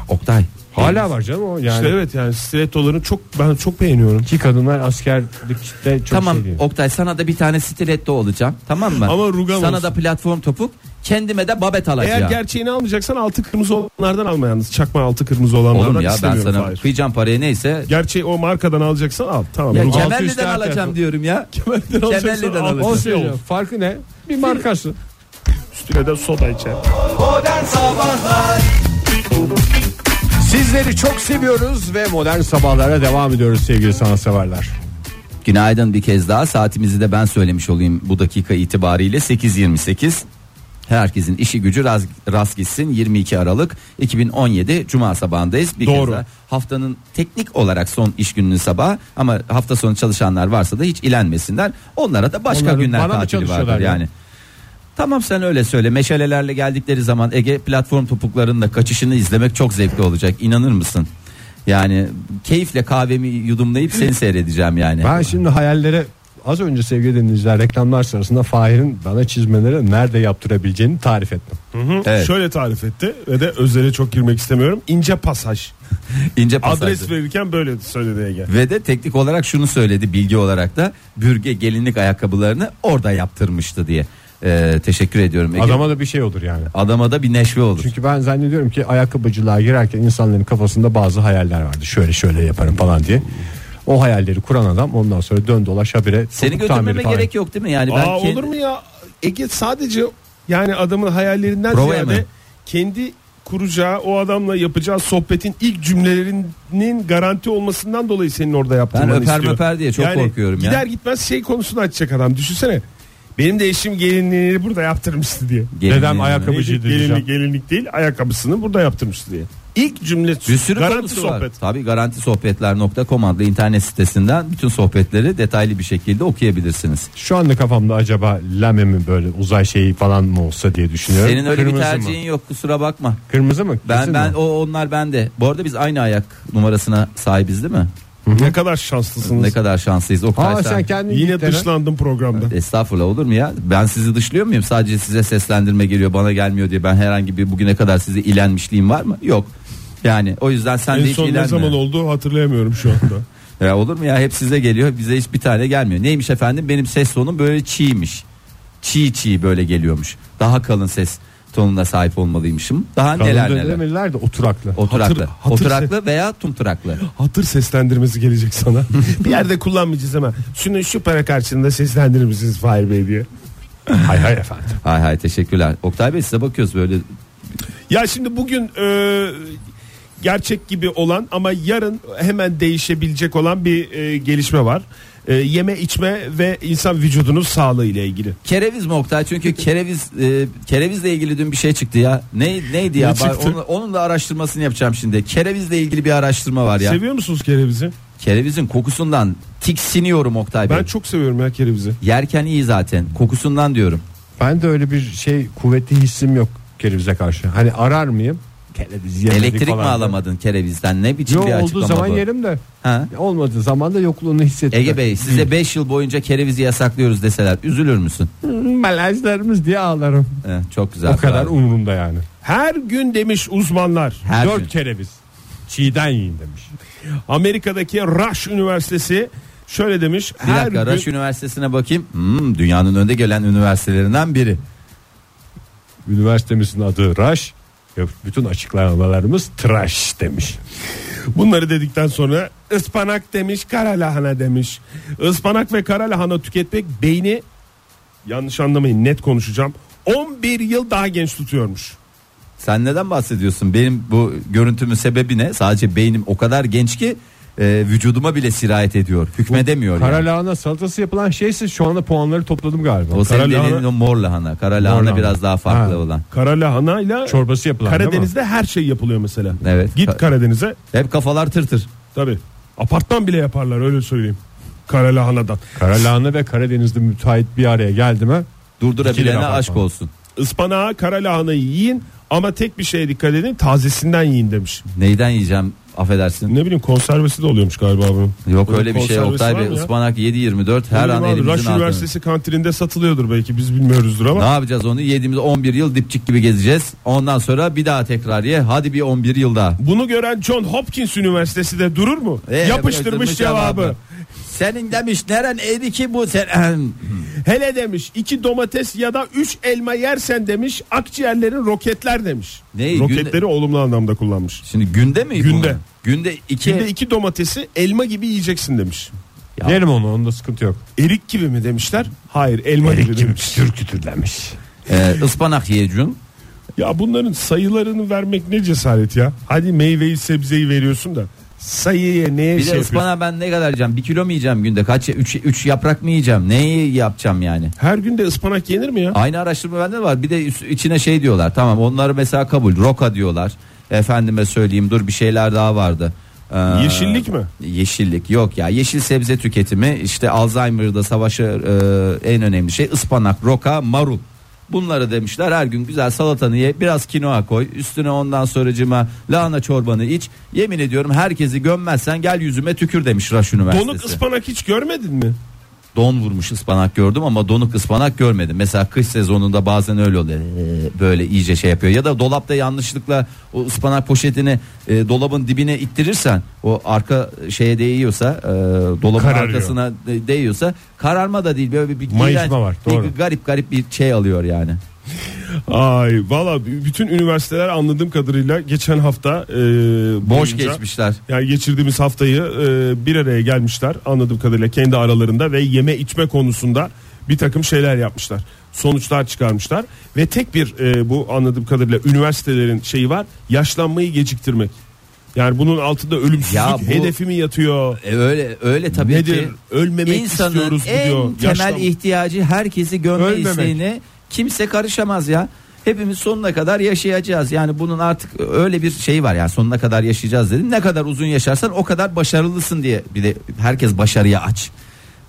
Speaker 2: Oktay.
Speaker 3: Hala var canım o yani.
Speaker 4: İşte evet yani stilettolarını çok ben çok beğeniyorum.
Speaker 3: Ki kadınlar askerlikte çok
Speaker 2: tamam
Speaker 3: şey diyor.
Speaker 2: Oktay sana da bir tane stiletto olacağım. Tamam mı?
Speaker 4: Ama rugan
Speaker 2: Sana
Speaker 4: olsun.
Speaker 2: da platform topuk, kendime de babet
Speaker 4: Eğer
Speaker 2: alacağım.
Speaker 4: gerçeğini almayacaksan altı kırmızı olanlardan alma yalnız. Çakma altı kırmızı olanlardan
Speaker 2: Oğlum ya ben
Speaker 4: istemiyorum.
Speaker 2: sana
Speaker 4: Hayır.
Speaker 2: kıyacağım parayı neyse.
Speaker 4: Gerçeği o markadan alacaksan al. Tamam.
Speaker 2: Ya,
Speaker 3: altı
Speaker 4: Rugan.
Speaker 3: üstü
Speaker 2: Kemerli'den
Speaker 3: erkek
Speaker 2: alacağım
Speaker 3: bu.
Speaker 2: diyorum ya.
Speaker 4: Kemerli'den alacaksan
Speaker 2: Kemerli'den
Speaker 4: al.
Speaker 2: alacağım.
Speaker 3: O
Speaker 4: Nasıl
Speaker 3: söylüyor.
Speaker 4: olur?
Speaker 3: Farkı ne? Bir markası.
Speaker 4: Üstüne de soda içer.
Speaker 3: Sizleri çok seviyoruz ve modern sabahlara devam ediyoruz sevgili sanatseverler.
Speaker 2: Günaydın bir kez daha saatimizi de ben söylemiş olayım bu dakika itibariyle 8.28 Herkesin işi gücü raz- rast gitsin 22 Aralık 2017 Cuma sabahındayız bir
Speaker 4: Doğru.
Speaker 2: kez daha haftanın teknik olarak son iş gününün sabahı ama hafta sonu çalışanlar varsa da hiç ilenmesinler onlara da başka
Speaker 3: Onların
Speaker 2: günler
Speaker 3: bana mı
Speaker 2: tatili
Speaker 3: çalışıyorlar
Speaker 2: vardır
Speaker 3: ya?
Speaker 2: yani. Tamam sen öyle söyle meşalelerle geldikleri zaman Ege platform topuklarının da kaçışını izlemek çok zevkli olacak inanır mısın? Yani keyifle kahvemi yudumlayıp seni seyredeceğim yani.
Speaker 3: Ben şimdi hayallere Az önce sevgili dinleyiciler reklamlar sırasında Fahir'in bana çizmeleri nerede yaptırabileceğini tarif ettim.
Speaker 2: Evet.
Speaker 4: Şöyle tarif etti ve de özele çok girmek istemiyorum. İnce pasaj.
Speaker 2: İnce
Speaker 4: Adres
Speaker 2: pasajdı.
Speaker 4: verirken böyle söyledi Ege.
Speaker 2: Ve de teknik olarak şunu söyledi bilgi olarak da bürge gelinlik ayakkabılarını orada yaptırmıştı diye. Ee, teşekkür ediyorum Ege.
Speaker 3: Adama da bir şey olur yani.
Speaker 2: Adama da bir neşve olur.
Speaker 3: Çünkü ben zannediyorum ki ayakkabıcılığa girerken insanların kafasında bazı hayaller vardı. Şöyle şöyle yaparım falan diye. O hayalleri kuran adam ondan sonra dön dolaş habire
Speaker 2: Seni
Speaker 3: topuk
Speaker 2: götürmeme
Speaker 3: tamiri falan.
Speaker 2: gerek yok değil mi? Yani ben
Speaker 4: Aa,
Speaker 2: kend-
Speaker 4: olur mu ya? Ege sadece yani adamın hayallerinden
Speaker 2: Provaya
Speaker 4: ziyade
Speaker 2: mı?
Speaker 4: kendi kuracağı o adamla yapacağı sohbetin ilk cümlelerinin garanti olmasından dolayı senin orada yaptırmanı
Speaker 2: Ben öper
Speaker 4: istiyor.
Speaker 2: möper diye çok
Speaker 4: Yani
Speaker 2: korkuyorum ya.
Speaker 4: Gider gitmez şey konusunu açacak adam düşünsene. Benim de eşim gelinliğini burada yaptırmıştı diye.
Speaker 2: Gelinliğini.
Speaker 3: Dedem ayakkabıcı
Speaker 4: Neydi?
Speaker 3: diyeceğim.
Speaker 4: Gelinlik, gelinlik değil ayakkabısını burada yaptırmıştı diye. İlk cümle
Speaker 2: bir sürü
Speaker 4: garanti
Speaker 2: konusu
Speaker 4: sohbet.
Speaker 2: var. Tabii garanti sohbetler.com adlı internet sitesinden bütün sohbetleri detaylı bir şekilde okuyabilirsiniz.
Speaker 3: Şu anda kafamda acaba lame mi böyle uzay şeyi falan mı olsa diye düşünüyorum.
Speaker 2: Senin öyle bir
Speaker 3: Kırmızı
Speaker 2: tercihin
Speaker 3: Mı?
Speaker 2: yok kusura bakma.
Speaker 3: Kırmızı mı?
Speaker 2: Ben
Speaker 3: Kesin
Speaker 2: ben
Speaker 3: mi?
Speaker 2: o onlar bende. Bu arada biz aynı ayak numarasına sahibiz değil mi?
Speaker 4: Ne kadar şanslısınız.
Speaker 2: Ne kadar şanslıyız. Oktay
Speaker 3: Aa
Speaker 2: sen-
Speaker 3: sen kendin
Speaker 4: Yine
Speaker 3: git dene.
Speaker 4: dışlandım programda.
Speaker 2: Estağfurullah olur mu ya? Ben sizi dışlıyor muyum? Sadece size seslendirme geliyor bana gelmiyor diye. Ben herhangi bir bugüne kadar size ilenmişliğim var mı? Yok. Yani o yüzden sen de
Speaker 4: En
Speaker 2: hiç
Speaker 4: son ne
Speaker 2: ilenme.
Speaker 4: zaman oldu hatırlayamıyorum şu anda.
Speaker 2: Ya olur mu ya hep size geliyor bize hiç bir tane gelmiyor. Neymiş efendim benim ses tonum böyle çiğmiş. Çiğ çiğ böyle geliyormuş. Daha kalın ses tonuna sahip olmalıymışım. Daha
Speaker 3: Kalın
Speaker 2: neler neler.
Speaker 3: dönemirler de oturaklı.
Speaker 2: Oturaklı.
Speaker 4: Hatır- hatır
Speaker 2: Oturaklı veya tumturaklı.
Speaker 4: Hatır seslendirmesi gelecek sana. bir yerde kullanmayacağız ama şunu şu para karşılığında seslendirir misiniz Fahir Bey diye.
Speaker 3: hay hay efendim.
Speaker 2: hay hay teşekkürler. Oktay Bey size bakıyoruz böyle.
Speaker 4: Ya şimdi bugün e, gerçek gibi olan ama yarın hemen değişebilecek olan bir e, gelişme var. E, yeme içme ve insan vücudunun sağlığı ile ilgili.
Speaker 2: Kereviz mi Oktay? Çünkü kereviz e, kerevizle ilgili dün bir şey çıktı ya. Ne neydi ya?
Speaker 4: Ne
Speaker 2: Var-
Speaker 4: çıktı?
Speaker 2: Onun, onun da araştırmasını yapacağım şimdi. Kerevizle ilgili bir araştırma var ya.
Speaker 4: Seviyor musunuz kerevizi?
Speaker 2: Kerevizin kokusundan tiksiniyorum Oktay Bey.
Speaker 4: Ben çok seviyorum ya kerevizi.
Speaker 2: Yerken iyi zaten. Kokusundan diyorum.
Speaker 3: Ben de öyle bir şey kuvvetli hissim yok kerevize karşı. Hani arar mıyım? Kereviz yemedik
Speaker 2: Elektrik mi
Speaker 3: falan.
Speaker 2: alamadın kerevizden? Ne biçim
Speaker 3: Yok
Speaker 2: bir
Speaker 3: olduğu
Speaker 2: açıklama
Speaker 3: zaman
Speaker 2: bu?
Speaker 3: yerim de.
Speaker 2: Ha?
Speaker 3: Olmadığı zaman da yokluğunu hissettim.
Speaker 2: Ege Bey size 5 yıl boyunca kerevizi yasaklıyoruz deseler üzülür müsün?
Speaker 3: Melajlarımız Hmm, diye ağlarım.
Speaker 2: Eh, çok güzel.
Speaker 3: o kadar
Speaker 2: karar.
Speaker 3: umurumda yani.
Speaker 4: Her gün demiş uzmanlar.
Speaker 2: Her
Speaker 3: Dört
Speaker 2: gün.
Speaker 3: kereviz. Çiğden yiyin demiş.
Speaker 4: Amerika'daki Rush Üniversitesi şöyle demiş.
Speaker 2: Bir
Speaker 4: her
Speaker 2: dakika
Speaker 4: gün-
Speaker 2: Rush Üniversitesi'ne bakayım. Hmm, dünyanın önde gelen üniversitelerinden biri.
Speaker 3: Üniversitemizin adı Raş. Bütün açıklamalarımız trash demiş.
Speaker 4: Bunları dedikten sonra ıspanak demiş, kara lahana demiş. Ispanak ve kara lahana tüketmek beyni yanlış anlamayın net konuşacağım. 11 yıl daha genç tutuyormuş.
Speaker 2: Sen neden bahsediyorsun? Benim bu görüntümün sebebi ne? Sadece beynim o kadar genç ki e, vücuduma bile sirayet ediyor. Hükmedemiyor
Speaker 3: Kara
Speaker 2: yani.
Speaker 3: lahana salatası yapılan şeyse şu anda puanları topladım galiba.
Speaker 2: O senin
Speaker 4: Kara lahana-
Speaker 2: dediğin o mor lahana. Kara lahana,
Speaker 3: lahana.
Speaker 2: biraz daha farklı
Speaker 3: Ha.
Speaker 2: olan.
Speaker 4: Kara lahana ile
Speaker 3: Çorbası yapılan değil mi?
Speaker 4: Karadeniz'de her şey yapılıyor mesela.
Speaker 2: Evet.
Speaker 4: Git
Speaker 2: Ka-
Speaker 4: Karadeniz'e
Speaker 2: Hep kafalar tırtır.
Speaker 4: tabi. Apartman bile yaparlar öyle söyleyeyim. Kara lahanadan.
Speaker 3: Kara lahana ve Karadeniz'de müteahhit bir araya geldi mi? İkili
Speaker 2: Durdurabilene
Speaker 3: laf
Speaker 2: aşk
Speaker 3: atma.
Speaker 2: olsun.
Speaker 4: Ispanağı kara lahanayı yiyin ama tek bir şeye dikkat edin tazesinden yiyin demiş.
Speaker 2: Neyden yiyeceğim affedersin.
Speaker 4: Ne bileyim konservesi de oluyormuş galiba bunun.
Speaker 2: Yok
Speaker 4: Bunun
Speaker 2: öyle bir şey
Speaker 4: konservesi
Speaker 2: Oktay
Speaker 4: var
Speaker 2: Bey.
Speaker 4: mı ya?
Speaker 2: Ispanak 7-24 her an
Speaker 4: Bilmiyorum abi,
Speaker 2: elimizin
Speaker 4: Rush
Speaker 2: altında.
Speaker 4: Üniversitesi kantininde satılıyordur belki biz bilmiyoruzdur ama.
Speaker 2: Ne yapacağız onu? Yediğimiz 11 yıl dipçik gibi gezeceğiz. Ondan sonra bir daha tekrar ye. Hadi bir 11 yıl daha.
Speaker 4: Bunu gören John Hopkins Üniversitesi de durur mu?
Speaker 2: Ee,
Speaker 4: Yapıştırmış cevabı.
Speaker 2: Senin demiş neren eğdi ki bu sen?
Speaker 4: Hele demiş iki domates ya da üç elma yersen demiş akciğerlerin roketler demiş.
Speaker 2: Ne,
Speaker 4: Roketleri
Speaker 2: günde-
Speaker 4: olumlu anlamda kullanmış.
Speaker 2: Şimdi günde mi?
Speaker 4: Günde.
Speaker 2: bunlar? Günde iki.
Speaker 4: Şimdi iki domatesi elma gibi yiyeceksin demiş.
Speaker 2: Ya.
Speaker 3: Yerim onu onda sıkıntı yok.
Speaker 4: Erik gibi mi demişler? Hayır elma gibi demiş.
Speaker 3: kütür kütürlemiş.
Speaker 2: Ee, ıspanak yiyeceksin.
Speaker 4: Ya bunların sayılarını vermek ne cesaret ya. Hadi meyveyi sebzeyi veriyorsun da sayıya neye
Speaker 2: Bir
Speaker 4: şey
Speaker 2: de
Speaker 4: yapıyorsun?
Speaker 2: ıspanağı ben ne kadar yiyeceğim? Bir kilo mu yiyeceğim günde? Kaç? Üç, üç yaprak mı yiyeceğim? Neyi yapacağım yani?
Speaker 4: Her gün de ıspanak yenir mi ya?
Speaker 2: Aynı araştırma bende de var. Bir de üst- içine şey diyorlar. Tamam onları mesela kabul. Roka diyorlar. Efendime söyleyeyim dur bir şeyler daha vardı. Ee,
Speaker 4: Yeşillik mi?
Speaker 2: Yeşillik yok ya. Yeşil sebze tüketimi işte Alzheimer'da savaşı e, en önemli şey ıspanak, roka, marul. Bunları demişler her gün güzel salatanı ye biraz kinoa koy üstüne ondan sonracıma lahana çorbanı iç yemin ediyorum herkesi gömmezsen gel yüzüme tükür demiş Raş Üniversitesi.
Speaker 4: Donuk ıspanak hiç görmedin mi?
Speaker 2: don vurmuş ıspanak gördüm ama donuk ıspanak görmedim. Mesela kış sezonunda bazen öyle oluyor. Ee, Böyle iyice şey yapıyor. Ya da dolapta yanlışlıkla o ıspanak poşetini e, dolabın dibine ittirirsen o arka şeye değiyorsa e, dolabın
Speaker 4: Kararıyor.
Speaker 2: arkasına de- değiyorsa kararma da değil böyle bir, bir,
Speaker 4: Mayışma
Speaker 2: iğrenç-
Speaker 4: var,
Speaker 2: bir-
Speaker 4: doğru.
Speaker 2: bir garip garip bir şey alıyor yani.
Speaker 4: Ay valla b- bütün üniversiteler anladığım kadarıyla geçen hafta e,
Speaker 2: Boş
Speaker 4: boyunca-
Speaker 2: geçmişler.
Speaker 4: Yani geçirdiğimiz haftayı e, bir araya gelmişler anladığım kadarıyla kendi aralarında ve yeme içme konusunda bir takım şeyler yapmışlar. Sonuçlar çıkarmışlar ve tek bir e, bu anladığım kadarıyla üniversitelerin şeyi var yaşlanmayı geciktirmek. Yani bunun altında ölümsüzlük
Speaker 2: Ya bu-
Speaker 4: hedefi mi yatıyor?
Speaker 2: E, öyle öyle tabii
Speaker 4: Nedir?
Speaker 2: ki.
Speaker 4: Ölmemek
Speaker 2: İnsanın
Speaker 4: istiyoruz
Speaker 2: en
Speaker 4: diyor.
Speaker 2: temel
Speaker 4: Yaşlan-
Speaker 2: ihtiyacı herkesi gömme
Speaker 4: Ölmemek.
Speaker 2: isteğine kimse karışamaz ya. Hepimiz sonuna kadar yaşayacağız. Yani bunun artık öyle bir şey var ya sonuna kadar yaşayacağız dedim. Ne kadar uzun yaşarsan o kadar başarılısın diye bir de herkes başarıya aç.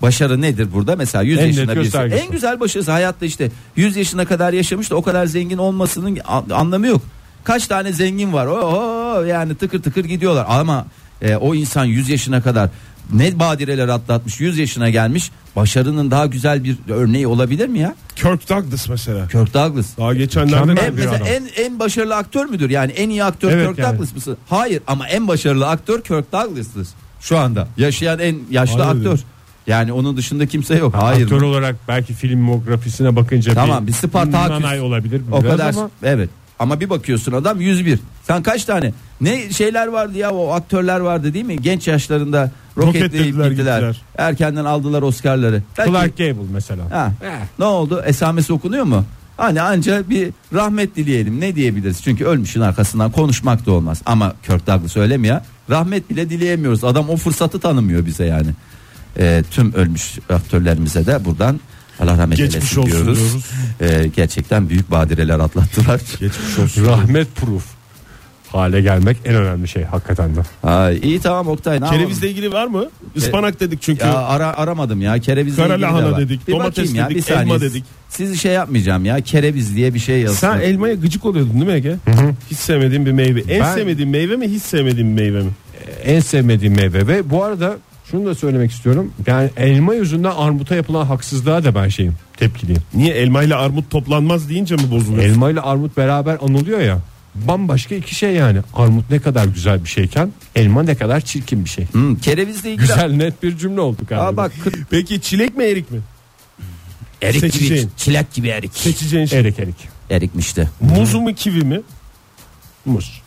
Speaker 2: Başarı nedir burada? Mesela 100
Speaker 4: En net
Speaker 2: yaşında birisi
Speaker 4: göstergesi.
Speaker 2: en güzel başarısı hayatta işte 100 yaşına kadar yaşamış da o kadar zengin olmasının an- anlamı yok. Kaç tane zengin var? Oo yani tıkır tıkır gidiyorlar ama e, o insan 100 yaşına kadar ne badireler atlatmış 100 yaşına gelmiş başarının daha güzel bir örneği olabilir mi ya?
Speaker 4: Kirk Douglas mesela.
Speaker 2: Kirk Douglas.
Speaker 4: Daha geçenlerde
Speaker 2: En, mesela en, en başarılı aktör müdür? Yani en iyi aktör
Speaker 4: Evet
Speaker 2: Kirk
Speaker 4: yani.
Speaker 2: Douglas mısın? Hayır ama en başarılı aktör Kirk Douglas'tır. Şu anda yaşayan en yaşlı
Speaker 4: Hayır.
Speaker 2: aktör. Yani onun dışında kimse yok. Hayır.
Speaker 3: Aktör olarak belki filmografisine bakınca
Speaker 2: Tamam, bir Spartaküs.
Speaker 3: nanay olabilir.
Speaker 2: O
Speaker 3: biraz
Speaker 2: kadar
Speaker 3: ama
Speaker 2: evet. Ama bir bakıyorsun adam 101. Sen kaç tane? Ne şeyler vardı ya o aktörler vardı değil mi? Genç yaşlarında roketleyip
Speaker 4: Roketlediler,
Speaker 2: gittiler.
Speaker 4: gittiler.
Speaker 2: Erkenden aldılar Oscar'ları. Belki-
Speaker 3: Clark Gable mesela.
Speaker 2: Ha. Ne oldu? Esamesi okunuyor mu? Hani anca bir rahmet dileyelim. Ne diyebiliriz? Çünkü ölmüşün arkasından konuşmak da olmaz. Ama Kirk Douglas öyle mi ya? Rahmet bile dileyemiyoruz. Adam o fırsatı tanımıyor bize yani. Ee, tüm ölmüş aktörlerimize de buradan Allah rahmet
Speaker 4: Geçmiş
Speaker 2: eylesin
Speaker 4: olsun
Speaker 2: diyoruz.
Speaker 4: diyoruz.
Speaker 2: Ee, gerçekten büyük badireler atlattılar.
Speaker 4: Geçmiş olsun.
Speaker 3: Rahmet proof hale gelmek en önemli şey hakikaten de.
Speaker 2: Ay, iyi tamam Oktay. Ne yapalım?
Speaker 4: Kerevizle ilgili var mı? Ispanak dedik çünkü.
Speaker 2: Ya ara, aramadım ya kerevizle
Speaker 4: Kara
Speaker 2: ilgili de
Speaker 4: lahana
Speaker 2: var.
Speaker 4: dedik,
Speaker 2: Bir
Speaker 4: domates
Speaker 2: bakayım ya,
Speaker 4: dedik,
Speaker 2: bir saniye.
Speaker 4: elma dedik.
Speaker 2: Sizi şey yapmayacağım ya kereviz diye bir şey yazsın.
Speaker 4: Sen elmaya gıcık oluyordun değil mi Ege? Hiç sevmediğin bir meyve. En
Speaker 3: Ben- E,
Speaker 4: sevmediğin meyve mi hiç sevmediğin bir meyve mi?
Speaker 3: En sevmediğim meyve ve bu arada şunu da söylemek istiyorum. Yani elma yüzünden armuta yapılan haksızlığa da ben şeyim tepkiliyim.
Speaker 4: Niye elmayla armut toplanmaz deyince mi bozuluyor?
Speaker 3: Elma ile armut beraber anılıyor ya. Bambaşka iki şey yani. Armut ne kadar güzel bir şeyken elma ne kadar çirkin bir şey.
Speaker 2: Hmm, kerevizle ilgili.
Speaker 3: Güzel net bir cümle oldu galiba.
Speaker 2: Aa bak kır-
Speaker 4: Peki çilek mi erik mi?
Speaker 2: erik gibi
Speaker 4: Seçeceğin.
Speaker 2: çilek gibi erik.
Speaker 4: Seçeceğin şey.
Speaker 3: Erik erik.
Speaker 2: Erikmişti.
Speaker 4: Muz mu kivi mi?
Speaker 3: Muz.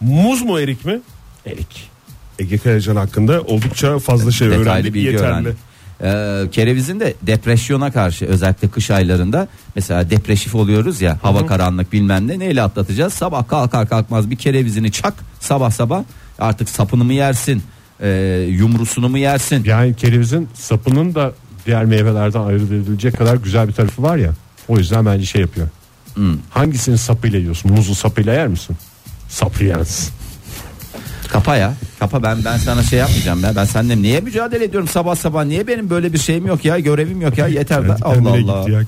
Speaker 4: Muz mu erik mi?
Speaker 3: Erik.
Speaker 4: Ege Kayacan hakkında oldukça fazla şey öğrendik.
Speaker 2: Detaylı bilgi
Speaker 4: yeterli.
Speaker 2: öğrendik. Ee, kerevizin de depresyona karşı özellikle kış aylarında mesela depresif oluyoruz ya hava karanlık bilmem ne neyle atlatacağız sabah kalkar kalkmaz bir kerevizini çak sabah sabah artık sapını mı yersin e, yumrusunu mu yersin
Speaker 3: Yani kerevizin sapının da diğer meyvelerden ayırt edilecek kadar güzel bir tarafı var ya. O yüzden bence şey yapıyor.
Speaker 2: Hmm.
Speaker 3: Hangisinin sapıyla yiyorsun? Muzu sapıyla yer misin? Sapı yersin.
Speaker 2: Kapa ya. Kapa ben ben sana şey yapmayacağım ya. Ben seninle niye mücadele ediyorum sabah sabah? Niye benim böyle bir şeyim yok ya? Görevim yok ya. Yeter de. Allah
Speaker 4: Kendine
Speaker 2: Allah.
Speaker 4: gitti ya.